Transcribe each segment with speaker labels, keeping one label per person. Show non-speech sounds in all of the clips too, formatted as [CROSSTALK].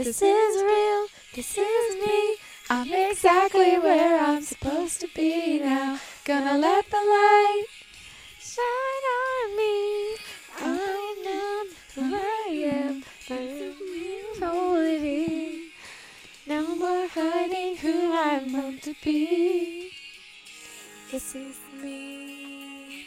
Speaker 1: This is real. This is me. I'm exactly where I'm supposed to be now. Gonna let the light shine on me. I am who I am. I'm totally. No more hiding who I'm meant to be. This is me.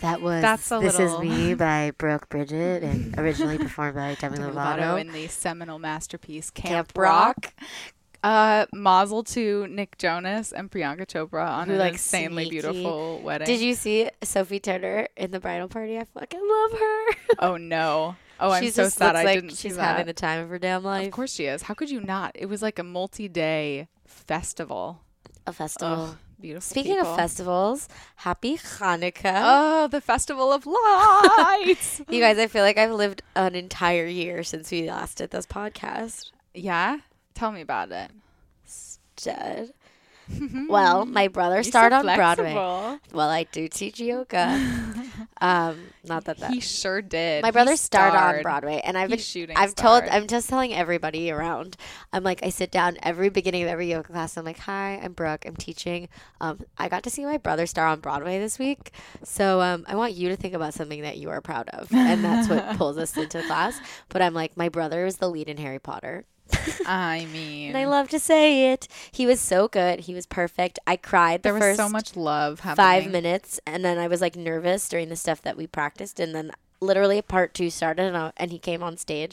Speaker 2: That was
Speaker 3: That's a
Speaker 2: This
Speaker 3: little-
Speaker 2: Is Me by Brooke Bridget and
Speaker 3: [LAUGHS]
Speaker 2: originally performed by Demi
Speaker 3: Demi Lovato
Speaker 2: Lovato.
Speaker 3: in the seminal masterpiece Camp,
Speaker 2: Camp
Speaker 3: Rock. Uh, Mazel to Nick Jonas and Priyanka Chopra on
Speaker 1: Who,
Speaker 3: an
Speaker 1: like,
Speaker 3: insanely
Speaker 1: sneaky-
Speaker 3: beautiful wedding.
Speaker 1: Did you see Sophie Turner in the bridal party? I fucking love her. [LAUGHS]
Speaker 3: Oh no! Oh, I'm
Speaker 1: She's
Speaker 3: so
Speaker 1: just
Speaker 3: sad
Speaker 1: looks
Speaker 3: I
Speaker 1: like
Speaker 3: didn't see
Speaker 1: She's
Speaker 3: that.
Speaker 1: having the time of her damn life.
Speaker 3: Of course she is. How could you not? It was like a multi-day festival.
Speaker 1: a festival.
Speaker 3: Ugh, beautiful.
Speaker 1: Speaking
Speaker 3: people.
Speaker 1: of festivals, happy Hanukkah.
Speaker 3: oh, the festival of
Speaker 1: [LAUGHS]
Speaker 3: lights.
Speaker 1: You guys, I feel like I've lived an entire year since we last did this podcast.
Speaker 3: yeah, tell me about it.
Speaker 1: Dead. [LAUGHS] well, my brother
Speaker 3: You're so
Speaker 1: starred on Broadway.
Speaker 3: flexible.
Speaker 1: Well, I do teach [LAUGHS] yoga. um, not that that.
Speaker 3: He sure did.
Speaker 1: my
Speaker 3: He
Speaker 1: brother starred, on
Speaker 3: starred.
Speaker 1: Broadway, and I've
Speaker 3: He
Speaker 1: been
Speaker 3: shooting.
Speaker 1: I've told.
Speaker 3: starred.
Speaker 1: I'm just telling everybody around. I'm like, I sit down every beginning of every yoga class. I'm like, hi, I'm Brooke. I'm teaching. Um, I got to see my brother star on Broadway this week, so um, I want you to think about something that you are proud of, and that's
Speaker 3: [LAUGHS]
Speaker 1: what pulls us into class. But I'm like, my brother is the lead in Harry Potter.
Speaker 3: [LAUGHS] I mean,
Speaker 1: And I love to say it. He was so good. He was perfect. I cried the
Speaker 3: there was
Speaker 1: first
Speaker 3: so much love happening.
Speaker 1: five minutes, and then I was like nervous during the stuff that we practiced, and then literally part two started, and, I, and he came on stage,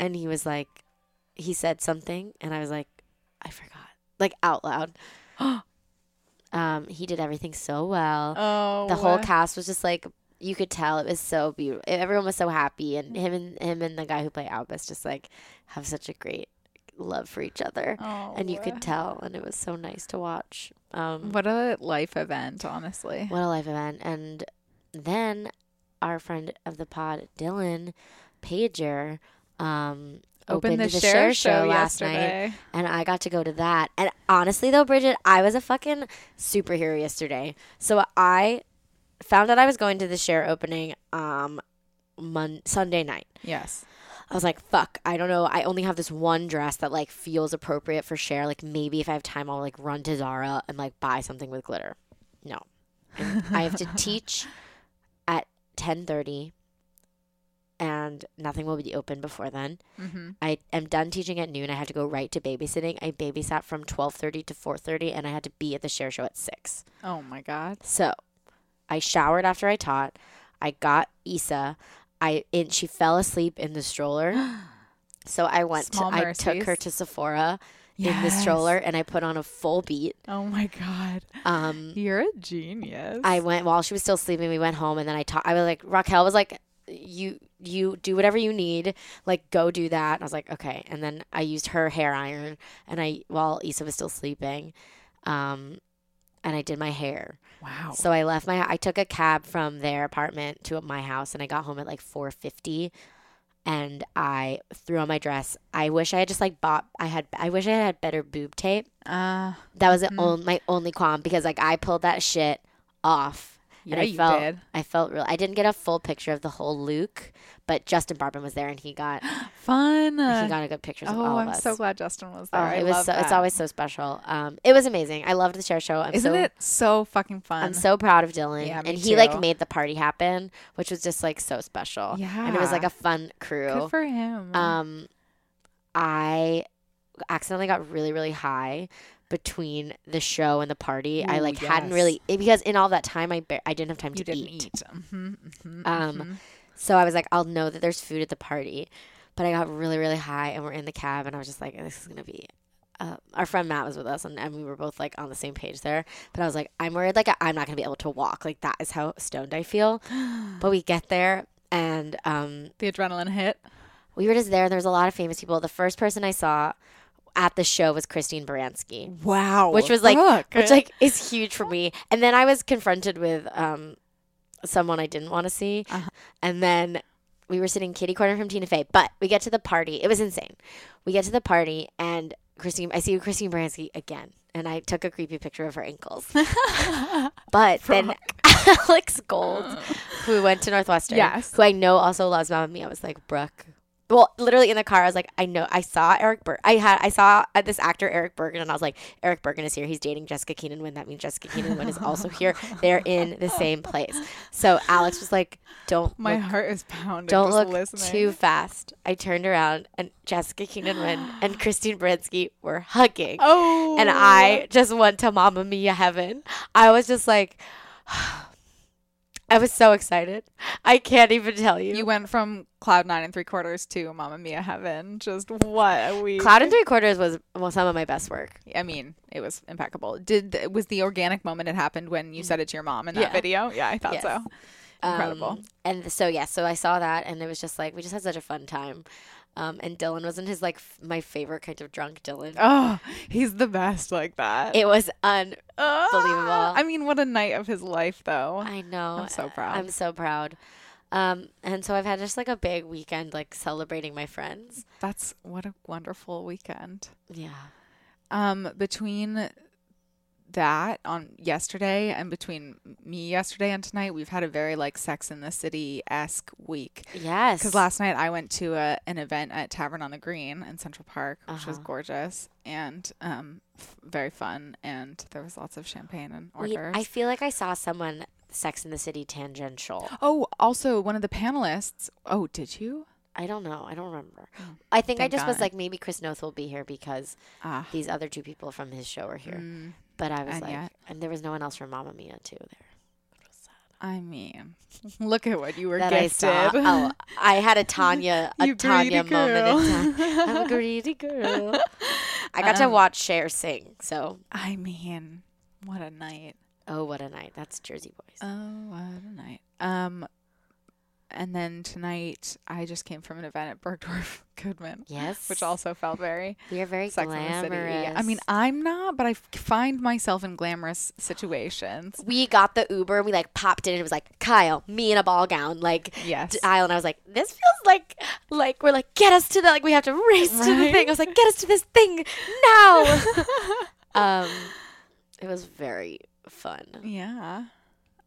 Speaker 1: and he was like, he said something, and I was like, I forgot, like out
Speaker 3: [GASPS]
Speaker 1: loud. um, he did everything so well.
Speaker 3: Oh,
Speaker 1: the whole cast was just like. You could tell it was so beautiful. Everyone was so happy, and him and him and the guy who played Albus just like have such a great love for each other
Speaker 3: Oh,
Speaker 1: and you could tell and it was so nice to watch um what,
Speaker 3: What a life event, honestly.
Speaker 1: a live event and then our friend of the pod dylan pager um opened, the, share, show, last night
Speaker 3: yesterday.
Speaker 1: and i got to go to that and honestly though bridget i was a fucking superhero yesterday so i found out i was going to the share opening um Mon- sunday night
Speaker 3: Yes.
Speaker 1: I was like, fuck, I don't know. I only have this one dress that like feels appropriate for share. Like maybe if I have time, I'll like run to Zara and like buy something with glitter. No, I have to teach at ten thirty, and nothing will be open before then.
Speaker 3: Mm-hmm.
Speaker 1: I am done teaching at noon. I had to go right to babysitting. I babysat from twelve thirty to four thirty, and I had to be at the share show at six.
Speaker 3: Oh my God.
Speaker 1: So I showered after I taught. I got Issa. I and she fell asleep in the
Speaker 3: [GASPS]
Speaker 1: stroller. So I went
Speaker 3: Small
Speaker 1: to, I took her
Speaker 3: mercies.
Speaker 1: to Sephora in the stroller and I put on a full beat.
Speaker 3: Oh my God.
Speaker 1: Um
Speaker 3: You're a genius.
Speaker 1: I went while she was still sleeping. We went home, and then I taught. I was like, Raquel was like, "You you do whatever you need. Like go do that." And I was like, "Okay." And then I used her hair iron, and I while Issa was still sleeping, um, and I did my hair.
Speaker 3: Wow.
Speaker 1: So I left my. I took a cab from their apartment to my house, and I got home at like four fifty. And I threw on my dress. I wish I had just like bought. I had. I wish I had better boob tape.
Speaker 3: Uh,
Speaker 1: That was the on, my only qualm because like I pulled that shit off.
Speaker 3: Yeah,
Speaker 1: I
Speaker 3: you
Speaker 1: felt,
Speaker 3: did.
Speaker 1: I felt real. I didn't get a full picture of the whole Luke, but Justin Bartman was there and he
Speaker 3: [GASPS]
Speaker 1: got
Speaker 3: fun.
Speaker 1: he got a good picture of
Speaker 3: oh,
Speaker 1: all of
Speaker 3: I'm
Speaker 1: us.
Speaker 3: so glad Justin was
Speaker 1: Oh,
Speaker 3: there. I
Speaker 1: it was
Speaker 3: love
Speaker 1: so, it's
Speaker 3: that.
Speaker 1: always so special. Um, it was amazing. I loved the share show. I'm
Speaker 3: Isn't
Speaker 1: so,
Speaker 3: it so fucking fun?
Speaker 1: I'm so proud of Dylan.
Speaker 3: Yeah, me
Speaker 1: and he like
Speaker 3: too.
Speaker 1: made the party happen, which was just like so special. And it was like
Speaker 3: Yeah.
Speaker 1: a fun crew.
Speaker 3: good for him.
Speaker 1: um I accidentally got really, really high between the show and the party. I
Speaker 3: Ooh,
Speaker 1: like hadn't
Speaker 3: yes.
Speaker 1: really it- because in all that time I ba- I didn't have time to
Speaker 3: you didn't eat. hmm
Speaker 1: Um, So I was like, I'll know that there's food at the party. But I got really, really high and we're in the cab and I was just like, this is going to be. Uh, our friend Matt was with us and, and we were both like on the same page there. But I was like, I'm worried, like, I'm not going to be able to walk. Like, that is how stoned I feel. but we get there and um,
Speaker 3: the adrenaline hit.
Speaker 1: we were just there and there was a lot of famous people. The first person I saw at the show was Christine Baranski
Speaker 3: Wow.
Speaker 1: which was like which like is huge for me and then i was confronted with um someone i didn't want to see
Speaker 3: Uh-huh.
Speaker 1: and then we were sitting kitty corner from tina fey but we get to the party it was insane we get to the party and christine i see christine bransky again and i took a creepy picture of her
Speaker 3: [LAUGHS]
Speaker 1: ankles but then [LAUGHS] alex gold who went to northwestern
Speaker 3: Yes.
Speaker 1: who i know also loves mamma mia was like brooke well, literally in the car, I was like, I know, I saw Eric Berg. I had, I saw uh, this actor Eric Bergen, and I was like, Eric Bergen is here. He's dating Jessica Keenan Wynn. That means Jessica Keenan Wynn is also
Speaker 3: [LAUGHS]
Speaker 1: here. They're in the same place. So Alex was like, "Don't
Speaker 3: my
Speaker 1: look,
Speaker 3: heart is pounding.
Speaker 1: don't
Speaker 3: just
Speaker 1: look
Speaker 3: listening.
Speaker 1: too fast." I turned around, and Jessica Keenan
Speaker 3: [GASPS]
Speaker 1: Wynn and Christine Baranski were hugging.
Speaker 3: Oh.
Speaker 1: and I just went to Mamma Mia heaven. I was just like, [SIGHS] I was so excited. I can't even tell you.
Speaker 3: You went from Cloud Nine and Three Quarters to Mamma Mia Heaven. Just what a week.
Speaker 1: Cloud and Three Quarters was well, some of my best work.
Speaker 3: I mean, it was impeccable. Did th- was the organic moment it happened when you said it to your mom in that
Speaker 1: Yeah.
Speaker 3: video? Yeah, I thought
Speaker 1: Yes.
Speaker 3: so. Incredible.
Speaker 1: Um, and so yeah, so I saw that, and it was just like we just had such a fun time. Um, and Dylan wasn't his like f- my favorite kind of drunk Dylan.
Speaker 3: oh, he's the best like that.
Speaker 1: It was un.
Speaker 3: Ah!
Speaker 1: Unbelievable.
Speaker 3: I mean, what a night of his life, though.
Speaker 1: I know.
Speaker 3: Oh, I'm so proud.
Speaker 1: I'm so proud. Um, and so I've had just like a big weekend, like celebrating my friends.
Speaker 3: That's what a wonderful weekend.
Speaker 1: Yeah.
Speaker 3: Um, between that on yesterday and between me yesterday and tonight, we've had a very like Sex in the City esque week.
Speaker 1: Yes.
Speaker 3: Because last night I went to a, an event at Tavern on the Green in Central Park, which was
Speaker 1: Uh-huh.
Speaker 3: gorgeous and um, f- very fun. And there was lots of champagne and
Speaker 1: Wait,
Speaker 3: orders.
Speaker 1: I feel like I saw someone Sex in the City tangential.
Speaker 3: oh, also one of the panelists. Oh, did you?
Speaker 1: I don't know. I don't remember. I think I
Speaker 3: Hmm. Thank
Speaker 1: just was
Speaker 3: God.
Speaker 1: like maybe Chris Noth will be here because
Speaker 3: Ah, Hmm.
Speaker 1: these other two people from his show are here. But I was
Speaker 3: And
Speaker 1: like,
Speaker 3: yet-
Speaker 1: and there was no one else from Mamma Mia too there.
Speaker 3: I mean, [LAUGHS] look at what you were
Speaker 1: that
Speaker 3: gifted. [LAUGHS]
Speaker 1: I saw. Oh, I had a Tanya, a
Speaker 3: You greedy
Speaker 1: Tanya moment. In
Speaker 3: girl. Um,
Speaker 1: time. [LAUGHS]
Speaker 3: [LAUGHS]
Speaker 1: I'm a greedy girl. I got to watch Cher sing. So,
Speaker 3: I mean, what a night.
Speaker 1: oh, what a night! That's Jersey Boys.
Speaker 3: Oh, what a night. Um, and then tonight I just came from an event at Bergdorf [LAUGHS] Goodman,
Speaker 1: yes,
Speaker 3: which also felt very
Speaker 1: we are very
Speaker 3: Sex
Speaker 1: glamorous.
Speaker 3: in the City. I mean, I'm not, but I f- find myself in glamorous situations.
Speaker 1: we got the Uber. We like popped in, and it was like Kyle, me in a ball gown, like
Speaker 3: Yes.
Speaker 1: d- aisle, and I was like, this feels like like we're like get us to the like we have to race to the thing. I was like, get us to this thing
Speaker 3: [LAUGHS]
Speaker 1: now. um, it was very fun.
Speaker 3: Yeah.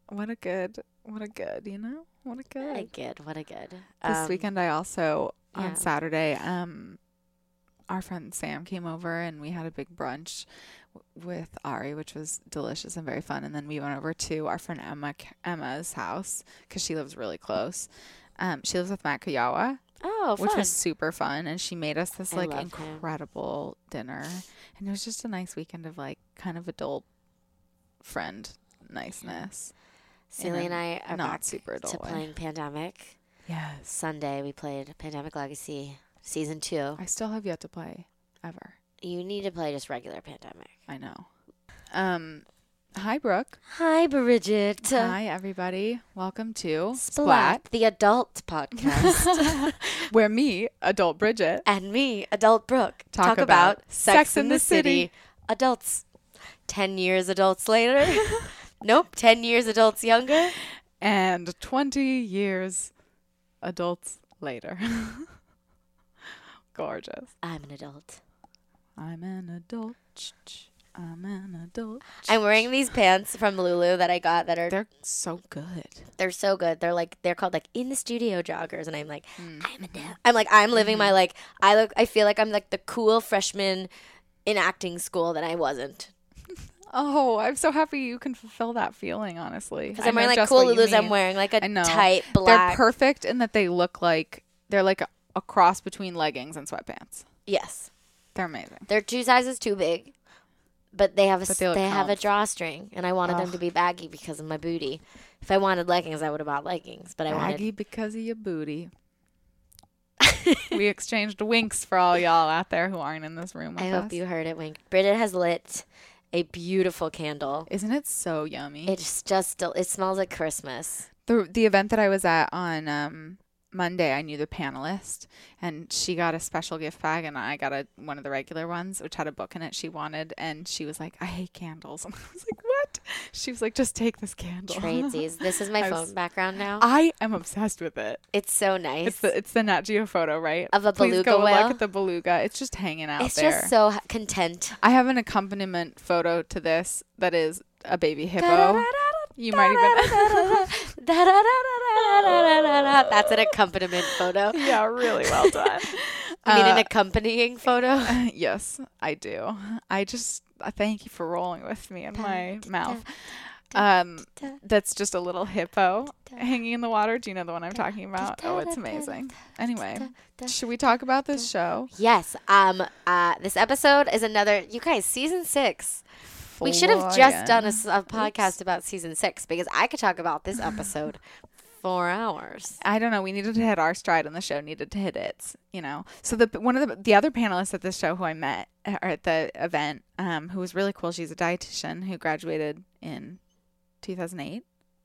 Speaker 3: What a good, what a good, you know, what a
Speaker 1: What a
Speaker 3: good.
Speaker 1: good, what a good.
Speaker 3: This
Speaker 1: Um,
Speaker 3: weekend, I also
Speaker 1: yeah.
Speaker 3: on Saturday, um, our friend Sam came over and we had a big brunch w- with Ari, which was delicious and very fun. And then we went over to our friend Emma Emma's house because she lives really close. Um, she lives with Matt Kuyawa.
Speaker 1: Oh,
Speaker 3: which
Speaker 1: fun.
Speaker 3: was super fun and she made us this
Speaker 1: I
Speaker 3: like
Speaker 1: love him.
Speaker 3: incredible dinner and it was just a nice weekend of like kind of adult friend niceness
Speaker 1: Celie and I
Speaker 3: a
Speaker 1: are
Speaker 3: not
Speaker 1: back
Speaker 3: super
Speaker 1: to
Speaker 3: adult way.
Speaker 1: playing Pandemic.
Speaker 3: yes
Speaker 1: Sunday we played Pandemic Legacy season two.
Speaker 3: i still have yet to play ever
Speaker 1: You need to play just regular Pandemic.
Speaker 3: i know um hi brooke
Speaker 1: Hi, Bridget.
Speaker 3: hi everybody welcome to
Speaker 1: Splat,
Speaker 3: splat
Speaker 1: the adult podcast,
Speaker 3: where me adult bridget
Speaker 1: and me, adult Brooke,
Speaker 3: Talk about Sex and the City.
Speaker 1: Adults, ten years adults later.
Speaker 3: [LAUGHS]
Speaker 1: nope, ten years adults younger.
Speaker 3: and 20 years adults later [LAUGHS] gorgeous
Speaker 1: I'm an adult.
Speaker 3: I'm an adult. Ch- ch. I'm an adult.
Speaker 1: I'm wearing these pants from Lulu that I got that are
Speaker 3: They're so good.
Speaker 1: they're so good. They're like they're called like in the studio joggers, and I'm like,
Speaker 3: Hmm.
Speaker 1: I'm a dad. I'm like I'm living my like I look. I feel like I'm like the cool freshman in acting school that I wasn't
Speaker 3: Oh, I'm so happy you can fulfill that feeling. Honestly,
Speaker 1: because
Speaker 3: I
Speaker 1: I'm
Speaker 3: know
Speaker 1: wearing like
Speaker 3: just
Speaker 1: cool
Speaker 3: what you
Speaker 1: Lulus. I'm
Speaker 3: mean.
Speaker 1: wearing like
Speaker 3: I
Speaker 1: a
Speaker 3: know.
Speaker 1: tight black.
Speaker 3: They're perfect in that they look like they're like a, a cross between leggings and sweatpants.
Speaker 1: Yes.
Speaker 3: They're amazing.
Speaker 1: They're two sizes too big, but they have a
Speaker 3: But
Speaker 1: s-
Speaker 3: they
Speaker 1: they,
Speaker 3: look
Speaker 1: have a
Speaker 3: health.
Speaker 1: drawstring, and I wanted them to be baggy because of my booty. If I wanted leggings, I would have bought leggings, but I
Speaker 3: Maggie,
Speaker 1: wanted
Speaker 3: because of
Speaker 1: [LAUGHS]
Speaker 3: your booty. we exchanged winks for all y'all out there who aren't in this room with
Speaker 1: I
Speaker 3: us.
Speaker 1: hope you heard it, Wink. Bridget has lit a beautiful candle.
Speaker 3: Isn't it so yummy?
Speaker 1: It's just del- it smells like Christmas.
Speaker 3: the the event that I was at on um, Monday, I knew the panelist, and she got a special gift bag, and I got a one of the regular ones, which had a book in it she wanted, and she was like, "I hate candles," [LAUGHS] and I was like, "What?" She was like, "Just take this candle."
Speaker 1: Tradesies. This is my
Speaker 3: I
Speaker 1: phone
Speaker 3: was-
Speaker 1: background now.
Speaker 3: [LAUGHS] I am obsessed with it.
Speaker 1: it's so nice.
Speaker 3: It's the it's the Nat Geo photo, right?
Speaker 1: Of a
Speaker 3: Please go
Speaker 1: beluga whale?
Speaker 3: look at the beluga. It's just hanging out
Speaker 1: It's
Speaker 3: there.
Speaker 1: just so h- content.
Speaker 3: I have an accompaniment photo to this that is a baby hippo. You might
Speaker 1: [LAUGHS]
Speaker 3: even [LAUGHS]
Speaker 1: That's an accompaniment
Speaker 3: [LAUGHS]
Speaker 1: photo.
Speaker 3: Yeah, really well done.
Speaker 1: You mean an
Speaker 3: Uh,
Speaker 1: accompanying
Speaker 3: [LAUGHS]
Speaker 1: photo?
Speaker 3: yes, I do. I just I thank you for rolling with me in my mouth. Um, that's just a little hippo hanging in the water. Do you know the one I'm talking about? Oh, it's amazing. Anyway, should we talk about this show?
Speaker 1: Yes. Um. Uh. This episode is another. You guys, season six. We should have just done a, s- a podcast about season six because I could talk about this episode [LAUGHS] for hours.
Speaker 3: I don't know. We needed to hit our stride, and the show needed to hit its. You know, so the one of the the other panelists at this show who I met uh, or at the event, um, who was really cool. She's a dietitian who graduated in 2008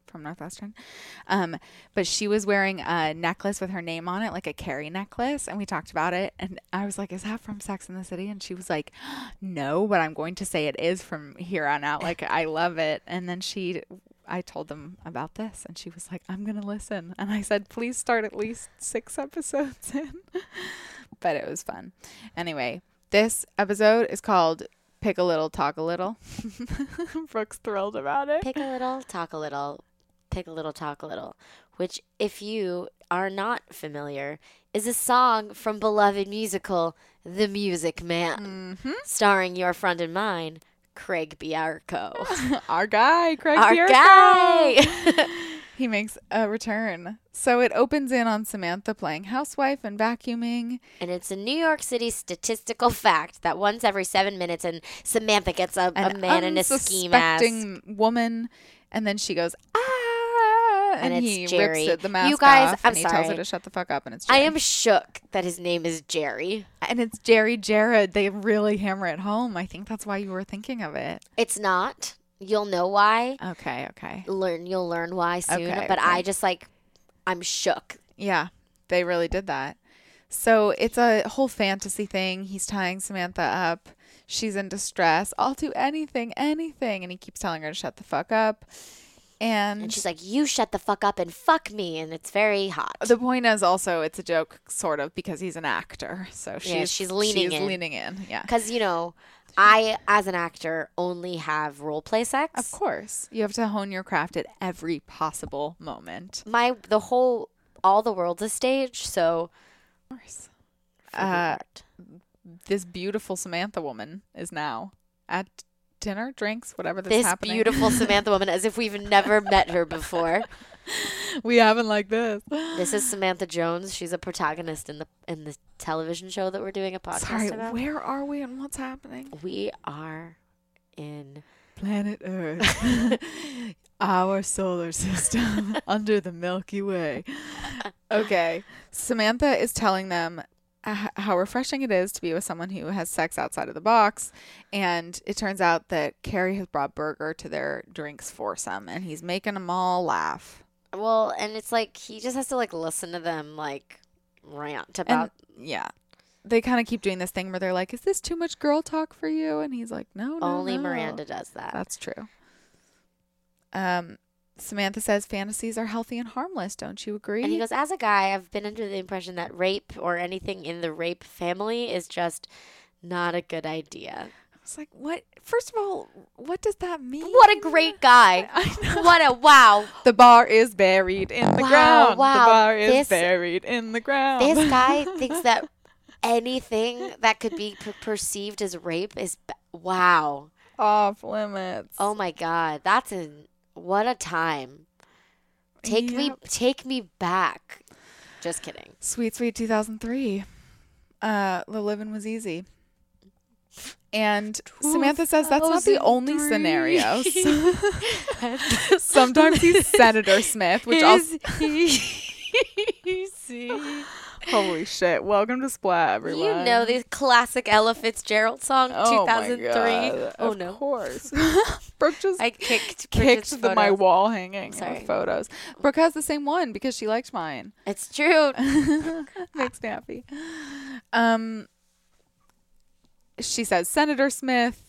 Speaker 3: from Northwestern, um, but she was wearing a necklace with her name on it, like a carry necklace, and we talked about it. And I was like, "Is that from Sex in the City?" And she was like, [GASPS] "No, but I'm going to say it is from here on out. Like, I love it." And then she I told them about this, and she was like, "I'm gonna listen." And I said, "Please start at least six [LAUGHS] episodes in." but it was fun. Anyway, this episode is called "Pick a Little, Talk a Little." [LAUGHS] Brooke's thrilled about it.
Speaker 1: Pick a little, talk a little, pick a little, talk a little. Which, if you are not familiar, is a song from beloved musical The Music Man, starring your friend and mine, Craig Biarco,
Speaker 3: [LAUGHS] Our guy, Craig
Speaker 1: our
Speaker 3: Bierko.
Speaker 1: guy.
Speaker 3: [LAUGHS] He makes a return. So it opens in on Samantha playing housewife and vacuuming.
Speaker 1: And it's a New York City statistical fact that once every seven minutes, and Samantha gets a, a
Speaker 3: An
Speaker 1: man in a ski mask. And,
Speaker 3: unsuspecting woman, and then she goes ah, and,
Speaker 1: it's
Speaker 3: he
Speaker 1: Jerry.
Speaker 3: rips it, the mask
Speaker 1: you guys,
Speaker 3: off,
Speaker 1: I'm
Speaker 3: and he
Speaker 1: sorry.
Speaker 3: tells her to shut the fuck up, and it's
Speaker 1: I
Speaker 3: Jerry.
Speaker 1: am shook that his name is Jerry.
Speaker 3: and it's Jerry Jared. They really hammer it home. I think that's why you were thinking of it.
Speaker 1: It's not. You'll know why.
Speaker 3: Okay, okay,
Speaker 1: Learn. You'll learn why soon.
Speaker 3: Okay,
Speaker 1: but
Speaker 3: okay.
Speaker 1: I just like, I'm shook.
Speaker 3: yeah, they really did that. So it's a whole fantasy thing. He's tying Samantha up. She's in distress. I'll do anything, anything, and he keeps telling her to shut the fuck up. And,
Speaker 1: And she's like, "You shut the fuck up and fuck me." And it's very
Speaker 3: [SIGHS]
Speaker 1: hot.
Speaker 3: the point is also it's a joke, sort of, because he's an actor. So she's
Speaker 1: she's leaning
Speaker 3: she's
Speaker 1: in.
Speaker 3: leaning in. Yeah,
Speaker 1: Because you know, I as an actor only have role play sex.
Speaker 3: of course you have to hone your craft at every possible moment.
Speaker 1: My the whole all the world's a stage. So.
Speaker 3: Of course.
Speaker 1: for the
Speaker 3: Uh,
Speaker 1: art.
Speaker 3: this beautiful Samantha woman is now at dinner, drinks, whatever that's
Speaker 1: this
Speaker 3: happening. [LAUGHS]
Speaker 1: beautiful Samantha woman as if we've never met her before.
Speaker 3: we haven't like this.
Speaker 1: This is Samantha Jones. She's a protagonist in the in the television show that we're doing a podcast
Speaker 3: Sorry,
Speaker 1: about.
Speaker 3: where are we and what's happening?
Speaker 1: We are in
Speaker 3: Planet Earth,
Speaker 1: [LAUGHS]
Speaker 3: our solar system under the Milky Way. Okay, Samantha is telling them h- how refreshing it is to be with someone who has sex outside of the box, and it turns out that Carrie has brought Burger to their drinks foursome, and he's making them all laugh.
Speaker 1: well, and it's like he just has to like listen to them like rant
Speaker 3: And
Speaker 1: about
Speaker 3: yeah, they kind of keep doing this thing where they're like, "Is this too much girl talk for you?" And he's like, "No, no,
Speaker 1: only
Speaker 3: no."
Speaker 1: Miranda does that.
Speaker 3: That's true. Um, Samantha says fantasies are healthy and harmless. Don't you agree?
Speaker 1: and he goes, as a guy, I've been under the impression that rape or anything in the rape family is just not a good idea.
Speaker 3: I was like, "What? First of all, what does that mean?"
Speaker 1: What a great guy!
Speaker 3: I know.
Speaker 1: What a wow!
Speaker 3: The bar is buried in the
Speaker 1: Wow,
Speaker 3: ground.
Speaker 1: wow.
Speaker 3: The bar is
Speaker 1: This-
Speaker 3: buried in the ground.
Speaker 1: this [LAUGHS] guy thinks that anything that could be per- perceived as rape is b- wow
Speaker 3: [LAUGHS] off limits.
Speaker 1: oh my god that's an what a time take me
Speaker 3: Yep.
Speaker 1: [LAUGHS] take me back just kidding
Speaker 3: Sweet, sweet 2003. uh, the living was easy. And Samantha says that's not the only scenario.
Speaker 1: [LAUGHS]
Speaker 3: [LAUGHS] Sometimes he's Senator Smith, which also
Speaker 1: easy.
Speaker 3: holy shit. Welcome to Splat,
Speaker 1: You
Speaker 3: everyone.
Speaker 1: know the classic Ella Fitzgerald song,
Speaker 3: Oh my
Speaker 1: 2003.
Speaker 3: God,
Speaker 1: Oh
Speaker 3: of
Speaker 1: no, [LAUGHS]
Speaker 3: course. Brooke just
Speaker 1: I kicked Bridget's
Speaker 3: kicked the, my
Speaker 1: photos.
Speaker 3: wall hanging
Speaker 1: Sorry.
Speaker 3: of photos. Brooke has the same one because she liked mine. [LAUGHS]
Speaker 1: It's true.
Speaker 3: Makes me happy. Um, she says Senator Smith,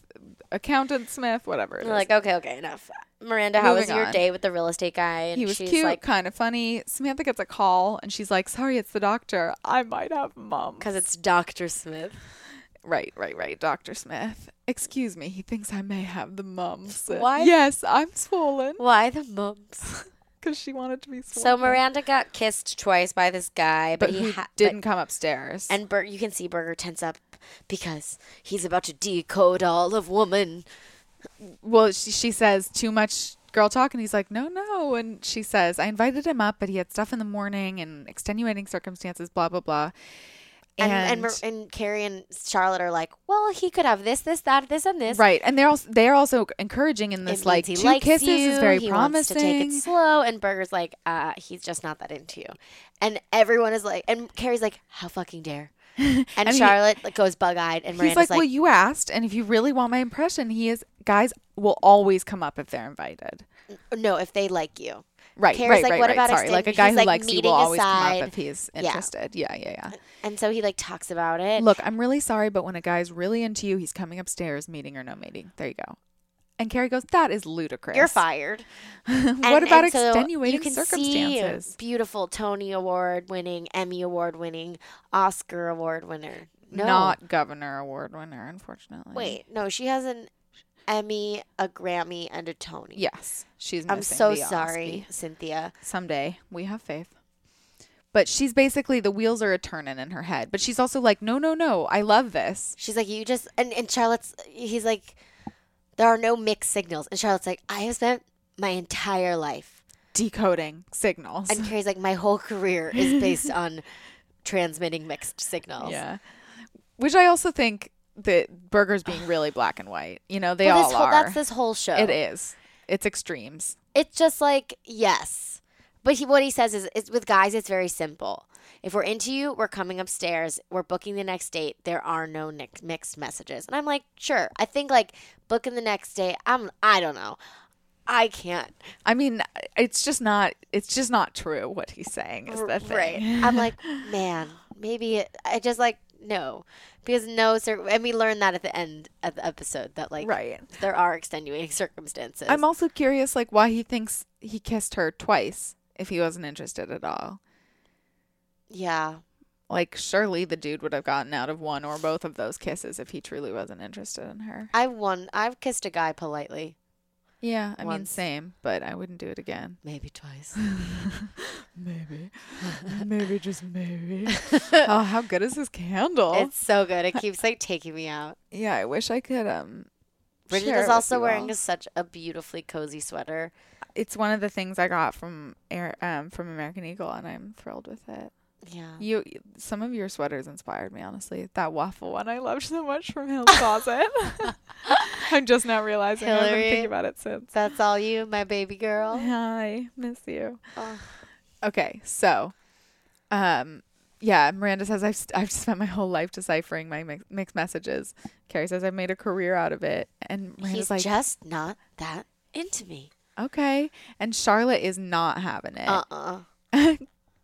Speaker 3: Accountant Smith, whatever. It is.
Speaker 1: You're like, okay, okay, enough. Miranda, how was
Speaker 3: Moving
Speaker 1: your
Speaker 3: on.
Speaker 1: day with the real estate guy? oh, And
Speaker 3: he was
Speaker 1: she's
Speaker 3: cute,
Speaker 1: like,
Speaker 3: kind of funny. Samantha gets a call and she's like, "Sorry, it's the doctor. I might have mom."
Speaker 1: because it's Doctor Smith.
Speaker 3: Right, right, right. Doctor Smith. Excuse me. He thinks I may have the mumps.
Speaker 1: Why-
Speaker 3: Yes, I'm swollen
Speaker 1: Why the
Speaker 3: [LAUGHS]
Speaker 1: mumps?
Speaker 3: because she wanted to be
Speaker 1: so
Speaker 3: swollen.
Speaker 1: Miranda got kissed twice by this guy, but,
Speaker 3: but
Speaker 1: he
Speaker 3: who
Speaker 1: ha- but-
Speaker 3: didn't come upstairs.
Speaker 1: and Bert, you can see Burger tense up because he's about to decode all of woman.
Speaker 3: well, she, she says too much girl talk, and he's like, no, no. And she says, I invited him up, but he had stuff in the morning and extenuating circumstances, blah blah blah.
Speaker 1: And and, Mar- and Carrie and Charlotte are like, well, he could have this, this, that, this, and this.
Speaker 3: right, and they're also they're also encouraging in
Speaker 1: It
Speaker 3: this
Speaker 1: means
Speaker 3: like
Speaker 1: he
Speaker 3: two
Speaker 1: likes
Speaker 3: kisses is
Speaker 1: you,
Speaker 3: very
Speaker 1: he wants
Speaker 3: promising.
Speaker 1: to take it slow, and Burger's like, uh, he's just not that into you. And everyone is like, and Carrie's like, how fucking
Speaker 3: [LAUGHS]
Speaker 1: dare? And,
Speaker 3: he-
Speaker 1: Charlotte like, goes bug eyed, and Miranda's
Speaker 3: He's like, well, you asked, and if you really want my impression, he is. Guys will always come up if they're invited.
Speaker 1: no, if they like you.
Speaker 3: Right,
Speaker 1: Carrie's
Speaker 3: right,
Speaker 1: like,
Speaker 3: right,
Speaker 1: what
Speaker 3: right.
Speaker 1: about
Speaker 3: Sorry,
Speaker 1: extend-
Speaker 3: like a guy
Speaker 1: he's,
Speaker 3: who
Speaker 1: like,
Speaker 3: likes you
Speaker 1: meeting
Speaker 3: will always come
Speaker 1: aside.
Speaker 3: up if he's
Speaker 1: Yeah. Uh,
Speaker 3: interested. Yeah, yeah,
Speaker 1: And so he like talks about
Speaker 3: yeah.
Speaker 1: it.
Speaker 3: Look, I'm really sorry, but when a guy's really into you, he's coming upstairs, meeting or no meeting. There you go. And Carrie goes, "That is ludicrous.
Speaker 1: you're
Speaker 3: [LAUGHS]
Speaker 1: fired.
Speaker 3: what about
Speaker 1: so
Speaker 3: extenuating
Speaker 1: see
Speaker 3: circumstances?
Speaker 1: beautiful Tony Award winning, Emmy Award winning, Oscar Award winner. No.
Speaker 3: Not Governor Award winner, unfortunately.
Speaker 1: Wait, no, she has an Emmy, a Grammy, and a Tony.
Speaker 3: Yes, she's.
Speaker 1: I'm
Speaker 3: missing
Speaker 1: so
Speaker 3: the Osby.
Speaker 1: sorry, Cynthia.
Speaker 3: someday we have faith but she's basically the wheels are a turning in her head but she's also like no no no i love this
Speaker 1: She's like, you just and, and Charlotte's he's like, there are no mixed signals. And Charlotte's like, I have spent my entire life.
Speaker 3: decoding signals [LAUGHS]
Speaker 1: And Carrie's like, my whole career is based on transmitting mixed signals.
Speaker 3: yeah which i also think that burgers being really black and white you know they
Speaker 1: Well,
Speaker 3: all
Speaker 1: this whole,
Speaker 3: are
Speaker 1: that's this whole show.
Speaker 3: it is it's extremes
Speaker 1: It's just like, yes. But he, what he says is, is with guys, it's very simple. If we're into you, we're coming upstairs. We're booking the next date. There are no nick- mixed messages. And I'm like, sure. I think like booking the next date. I'm. I don't know. I can't.
Speaker 3: i mean it's just not it's just not true what he's saying is the thing
Speaker 1: Right. I'm
Speaker 3: [LAUGHS]
Speaker 1: like, man, maybe it, I just like no, because no, sir. And we learned that at the end of the episode that like,
Speaker 3: Right.
Speaker 1: there are extenuating [LAUGHS] circumstances.
Speaker 3: i'm also curious like why he thinks he kissed her twice if he wasn't interested at all
Speaker 1: yeah.
Speaker 3: Like, surely the dude would have gotten out of one or both of those kisses if he truly wasn't interested in her.
Speaker 1: I won. I've kissed a guy politely,
Speaker 3: Yeah, I mean,
Speaker 1: Once.
Speaker 3: same, but I wouldn't do it again.
Speaker 1: maybe twice.
Speaker 3: [LAUGHS] Maybe. maybe, just maybe. [LAUGHS] oh, how good is this candle?
Speaker 1: It's so good. It keeps like taking me out.
Speaker 3: yeah, I wish I could. Um,
Speaker 1: Bridget
Speaker 3: share it
Speaker 1: is
Speaker 3: with
Speaker 1: also
Speaker 3: you
Speaker 1: wearing
Speaker 3: all.
Speaker 1: a- such a beautifully cozy sweater.
Speaker 3: It's one of the things I got from Air, um, from American Eagle, and I'm thrilled with it.
Speaker 1: Yeah.
Speaker 3: You, some of your sweaters inspired me, honestly. That waffle one I loved so much from Hill's [LAUGHS] Closet. I'm just now realizing I've been
Speaker 1: Hillary.
Speaker 3: thinking about it since.
Speaker 1: That's all you, my baby girl.
Speaker 3: Hi, miss you.
Speaker 1: Ugh.
Speaker 3: Okay, so, um, yeah, Miranda says I've st- I've spent my whole life deciphering my mix- mixed messages. Carrie says I've made a career out of it, and Miranda's
Speaker 1: He's
Speaker 3: like,
Speaker 1: just not that into me.
Speaker 3: okay. And Charlotte is not having it.
Speaker 1: Uh uh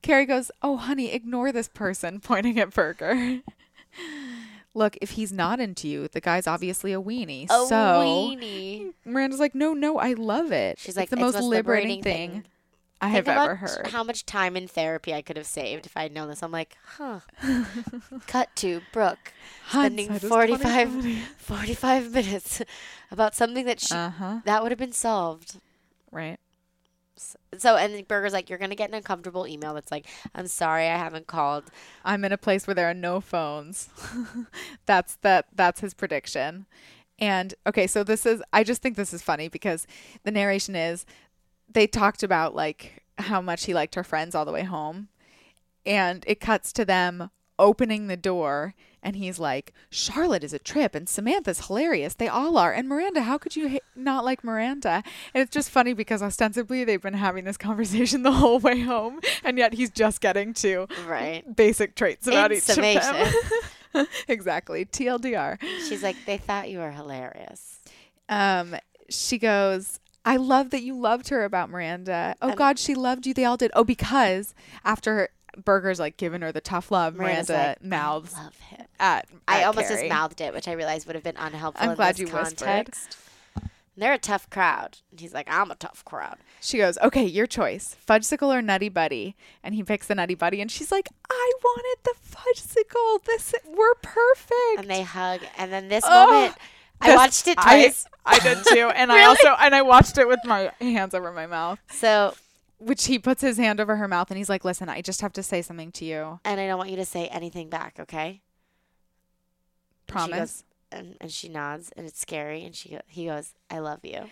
Speaker 3: Carrie goes, oh honey, ignore this person, [LAUGHS] pointing at Burger. [LAUGHS] Look, if he's not into you, the guy's obviously a weenie.
Speaker 1: Oh,
Speaker 3: so
Speaker 1: weenie.
Speaker 3: Miranda's like, no, no, I love it.
Speaker 1: She's
Speaker 3: It's
Speaker 1: like,
Speaker 3: the
Speaker 1: "It's
Speaker 3: most liberating, thing, I have
Speaker 1: Think about
Speaker 3: ever heard.
Speaker 1: How much time in therapy I could have saved if I would known this. I'm like,
Speaker 3: [LAUGHS]
Speaker 1: huh. Cut to Brooke spending
Speaker 3: Hindsight is
Speaker 1: 45,
Speaker 3: 20.
Speaker 1: 45 minutes [LAUGHS] about something that she
Speaker 3: Uh-huh.
Speaker 1: that would have been solved.
Speaker 3: Right.
Speaker 1: So and then Burger's like, you're gonna get an uncomfortable email that's like, I'm sorry, I haven't called.
Speaker 3: I'm in a place where there are no phones. [LAUGHS] that's that that's his prediction. And okay, so this is I just think this is funny because the narration is they talked about like how much he liked her friends all the way home. And it cuts to them opening the door and he's like, Charlotte is a trip and Samantha's hilarious. They all are. And Miranda, how could you ha- not like Miranda? And it's just funny because ostensibly they've been having this conversation [LAUGHS] the whole way home and yet he's just getting to
Speaker 1: Right.
Speaker 3: basic traits about
Speaker 1: In
Speaker 3: each of them.
Speaker 1: summation.
Speaker 3: [LAUGHS] exactly. TLDR.
Speaker 1: She's like, they thought you were hilarious.
Speaker 3: Um, she goes, I love that you loved her about Miranda. Oh God, she loved you. They all did. Oh, because after Burger's like giving her the tough love,
Speaker 1: Miranda's
Speaker 3: Miranda
Speaker 1: like, I
Speaker 3: mouths
Speaker 1: Love him.
Speaker 3: at,
Speaker 1: I
Speaker 3: at
Speaker 1: almost
Speaker 3: Carrie.
Speaker 1: just mouthed it, which I realized would have been unhelpful.
Speaker 3: I'm
Speaker 1: in
Speaker 3: glad
Speaker 1: this
Speaker 3: you whispered.
Speaker 1: context. They're a tough crowd. And he's like, I'm a tough crowd.
Speaker 3: She goes, okay, your choice, fudgesicle or nutty buddy. And he picks the nutty buddy, and she's like, I wanted the fudgesicle. This we're perfect.
Speaker 1: And they hug. And then this
Speaker 3: Oh,
Speaker 1: moment, I
Speaker 3: This-
Speaker 1: watched it
Speaker 3: I-
Speaker 1: twice.
Speaker 3: I, did [LAUGHS] too, and I also and I watched it with my hands over my mouth.
Speaker 1: so,
Speaker 3: Which he puts his hand over her mouth, and he's like, listen, I just have to say something to you.
Speaker 1: and I don't want you to say anything back, okay? And she
Speaker 3: Promise.
Speaker 1: goes- and, and she nods, and it's scary. And she go, he goes, "I love you."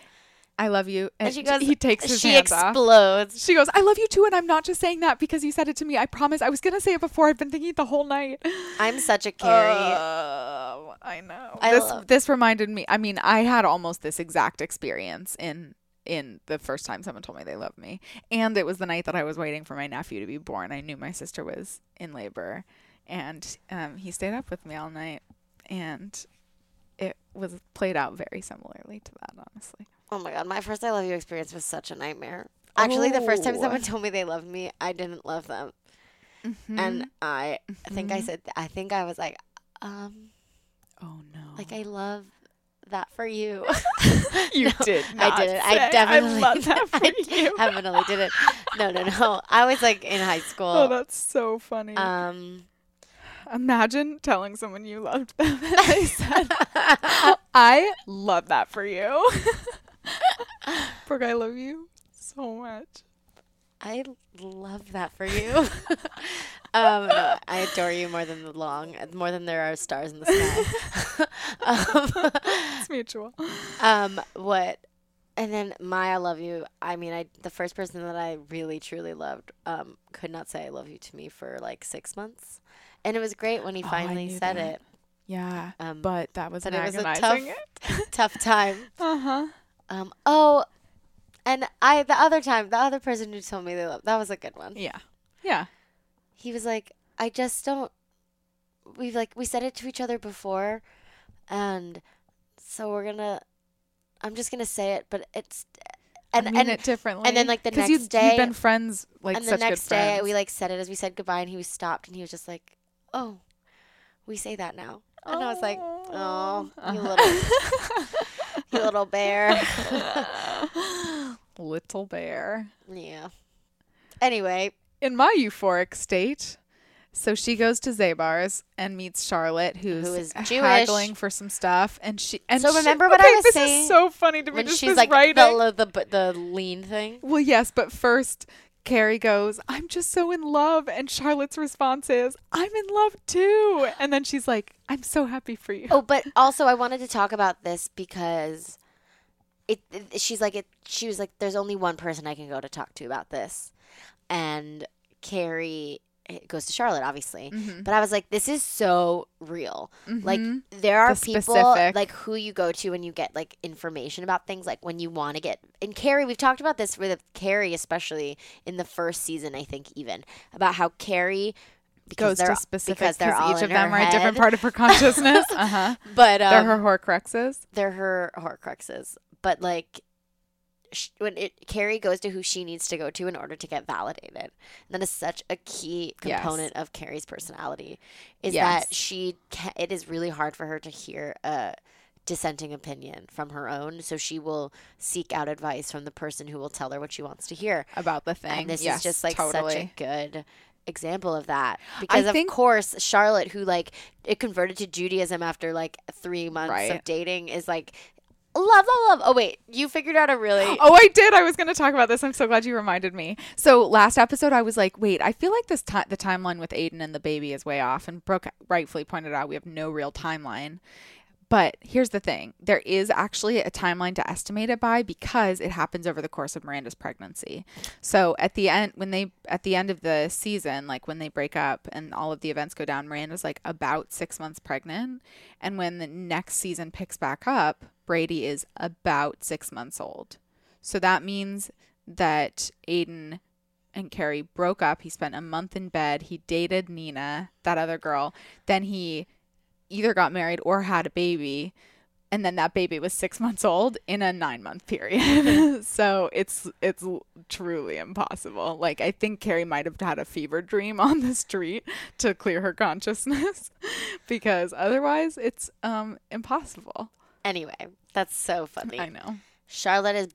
Speaker 3: I love you.
Speaker 1: And,
Speaker 3: And,
Speaker 1: she goes,
Speaker 3: he takes his
Speaker 1: She
Speaker 3: hands off.
Speaker 1: explodes.
Speaker 3: She goes, I love you too, and I'm not just saying that because you said it to me. I promise. I was gonna say it before. I've been thinking it the whole night.
Speaker 1: I'm such a Carrie.
Speaker 3: Oh, I know.
Speaker 1: I
Speaker 3: this
Speaker 1: love-
Speaker 3: this reminded me. I mean, I had almost this exact experience in in the first time someone told me they loved me, and it was the night that I was waiting for my nephew to be born. I knew my sister was in labor, and um, he stayed up with me all night, and it was played out very similarly to that, honestly.
Speaker 1: oh my god, my first "I love you" experience was such a nightmare. Actually, the first time
Speaker 3: Oh.
Speaker 1: someone told me they loved me, I didn't love them,
Speaker 3: Mm-hmm.
Speaker 1: and I think I said, I think I was like, um,
Speaker 3: Oh no!
Speaker 1: like I love that for you.
Speaker 3: [LAUGHS] You did not
Speaker 1: I didn't.
Speaker 3: say,
Speaker 1: I definitely.
Speaker 3: love that for
Speaker 1: [LAUGHS] I
Speaker 3: [LAUGHS] you."
Speaker 1: definitely didn't. No, no, no. I was like in high school.
Speaker 3: Oh, that's so funny.
Speaker 1: um.
Speaker 3: Imagine telling someone you loved them [LAUGHS] and they said, I love that for [LAUGHS] you. Brooke, I love you so much.
Speaker 1: I love that for you. [LAUGHS] um, no, I adore you more than the long, more than there are stars in the sky.
Speaker 3: [LAUGHS]
Speaker 1: [LAUGHS]
Speaker 3: It's mutual.
Speaker 1: um, what? And then my I love you. I mean, I the first person that I really truly loved um, could not say I love you to me for like six months, and it was great when he
Speaker 3: Oh, I
Speaker 1: finally
Speaker 3: knew
Speaker 1: said
Speaker 3: that.
Speaker 1: it.
Speaker 3: Yeah.
Speaker 1: Um,
Speaker 3: but that was
Speaker 1: but
Speaker 3: an
Speaker 1: it was a
Speaker 3: agonizing.
Speaker 1: tough, [LAUGHS] tough time.
Speaker 3: Uh huh.
Speaker 1: Um, oh, and I the other time, the other person who told me they loved that was a good one.
Speaker 3: Yeah. Yeah.
Speaker 1: he was like, I just don't. We've like we said it to each other before, and so we're gonna. I'm just gonna say it, but it's and
Speaker 3: I mean
Speaker 1: and
Speaker 3: it differently.
Speaker 1: and then, like, the
Speaker 3: 'Cause
Speaker 1: next
Speaker 3: you'd,
Speaker 1: day-
Speaker 3: You've been friends, like,
Speaker 1: and the
Speaker 3: such
Speaker 1: next
Speaker 3: good
Speaker 1: day
Speaker 3: friends.
Speaker 1: we like said it as we said goodbye, and he was stopped, and he was just like, "Oh, we say that now," and I was like, "Oh, you
Speaker 3: [LAUGHS]
Speaker 1: little, you little bear."
Speaker 3: Little bear.
Speaker 1: yeah. Anyway,
Speaker 3: in my euphoric state. So she goes to Zabar's and meets Charlotte, who's
Speaker 1: Who is Jewish.
Speaker 3: haggling for some stuff, and she and
Speaker 1: So
Speaker 3: she-
Speaker 1: remember what I was
Speaker 3: this
Speaker 1: saying
Speaker 3: is so funny to me.
Speaker 1: when
Speaker 3: Just
Speaker 1: she's
Speaker 3: this
Speaker 1: like
Speaker 3: writing.
Speaker 1: the, the the the lean thing.
Speaker 3: well, yes, but first Carrie goes, "I'm just so in love," and Charlotte's response is, "I'm in love too," and then she's like, "I'm so happy for you."
Speaker 1: Oh, but also I wanted to talk about this because it, it- she's like it she was like there's only one person I can go to talk to about this. And Carrie it goes to Charlotte obviously. But I was like this is so real. Like there are
Speaker 3: The
Speaker 1: people
Speaker 3: specific.
Speaker 1: like who you go to when you get like information about things like when you want to get and Carrie we've talked about this with Carrie especially in the first season I think even about how Carrie because
Speaker 3: goes
Speaker 1: they're
Speaker 3: to specific
Speaker 1: because they're all
Speaker 3: each
Speaker 1: in
Speaker 3: of them
Speaker 1: her
Speaker 3: are a
Speaker 1: head.
Speaker 3: different part of
Speaker 1: [LAUGHS]
Speaker 3: her consciousness. uh huh.
Speaker 1: But um,
Speaker 3: they're her Horcruxes.
Speaker 1: they're her Horcruxes, but like sh when it Carrie goes to who she needs to go to in order to get validated, and that is such a key
Speaker 3: Yes.
Speaker 1: component of Carrie's personality. Is
Speaker 3: Yes.
Speaker 1: that she? Ca- it is really hard for her to hear a dissenting opinion from her own, so she will seek out advice from the person who will tell her what she wants to hear.
Speaker 3: About the thing.
Speaker 1: And this
Speaker 3: Yes,
Speaker 1: is just like
Speaker 3: totally.
Speaker 1: such a good example of that because of
Speaker 3: think-
Speaker 1: course Charlotte, who like it converted to Judaism after like three months of
Speaker 3: Right.
Speaker 1: dating, is like love, love, love. Oh wait, you figured out a really
Speaker 3: [GASPS] Oh, I did. I was going to talk about this. I'm so glad you reminded me. So last episode, I was like, wait, I feel like this ti- the timeline with Aiden and the baby is way off. And Brooke rightfully pointed out we have no real timeline. But here's the thing there is actually a timeline to estimate it by because it happens over the course of Miranda's pregnancy. So at the end, when they, at the end of the season, like when they break up and all of the events go down, Miranda's like about six months pregnant. And when the next season picks back up, Brady is about six months old. So that means that Aiden and Carrie broke up. He spent a month in bed. He dated Nina, that other girl. Then he either got married or had a baby. And then that baby was six [LAUGHS] months old in a nine month period. [LAUGHS] so it's it's truly impossible. Like I think Carrie might have had a fever dream [LAUGHS] on the street to clear her consciousness [LAUGHS] because otherwise it's um impossible.
Speaker 1: Anyway, that's so funny.
Speaker 3: I know.
Speaker 1: Charlotte is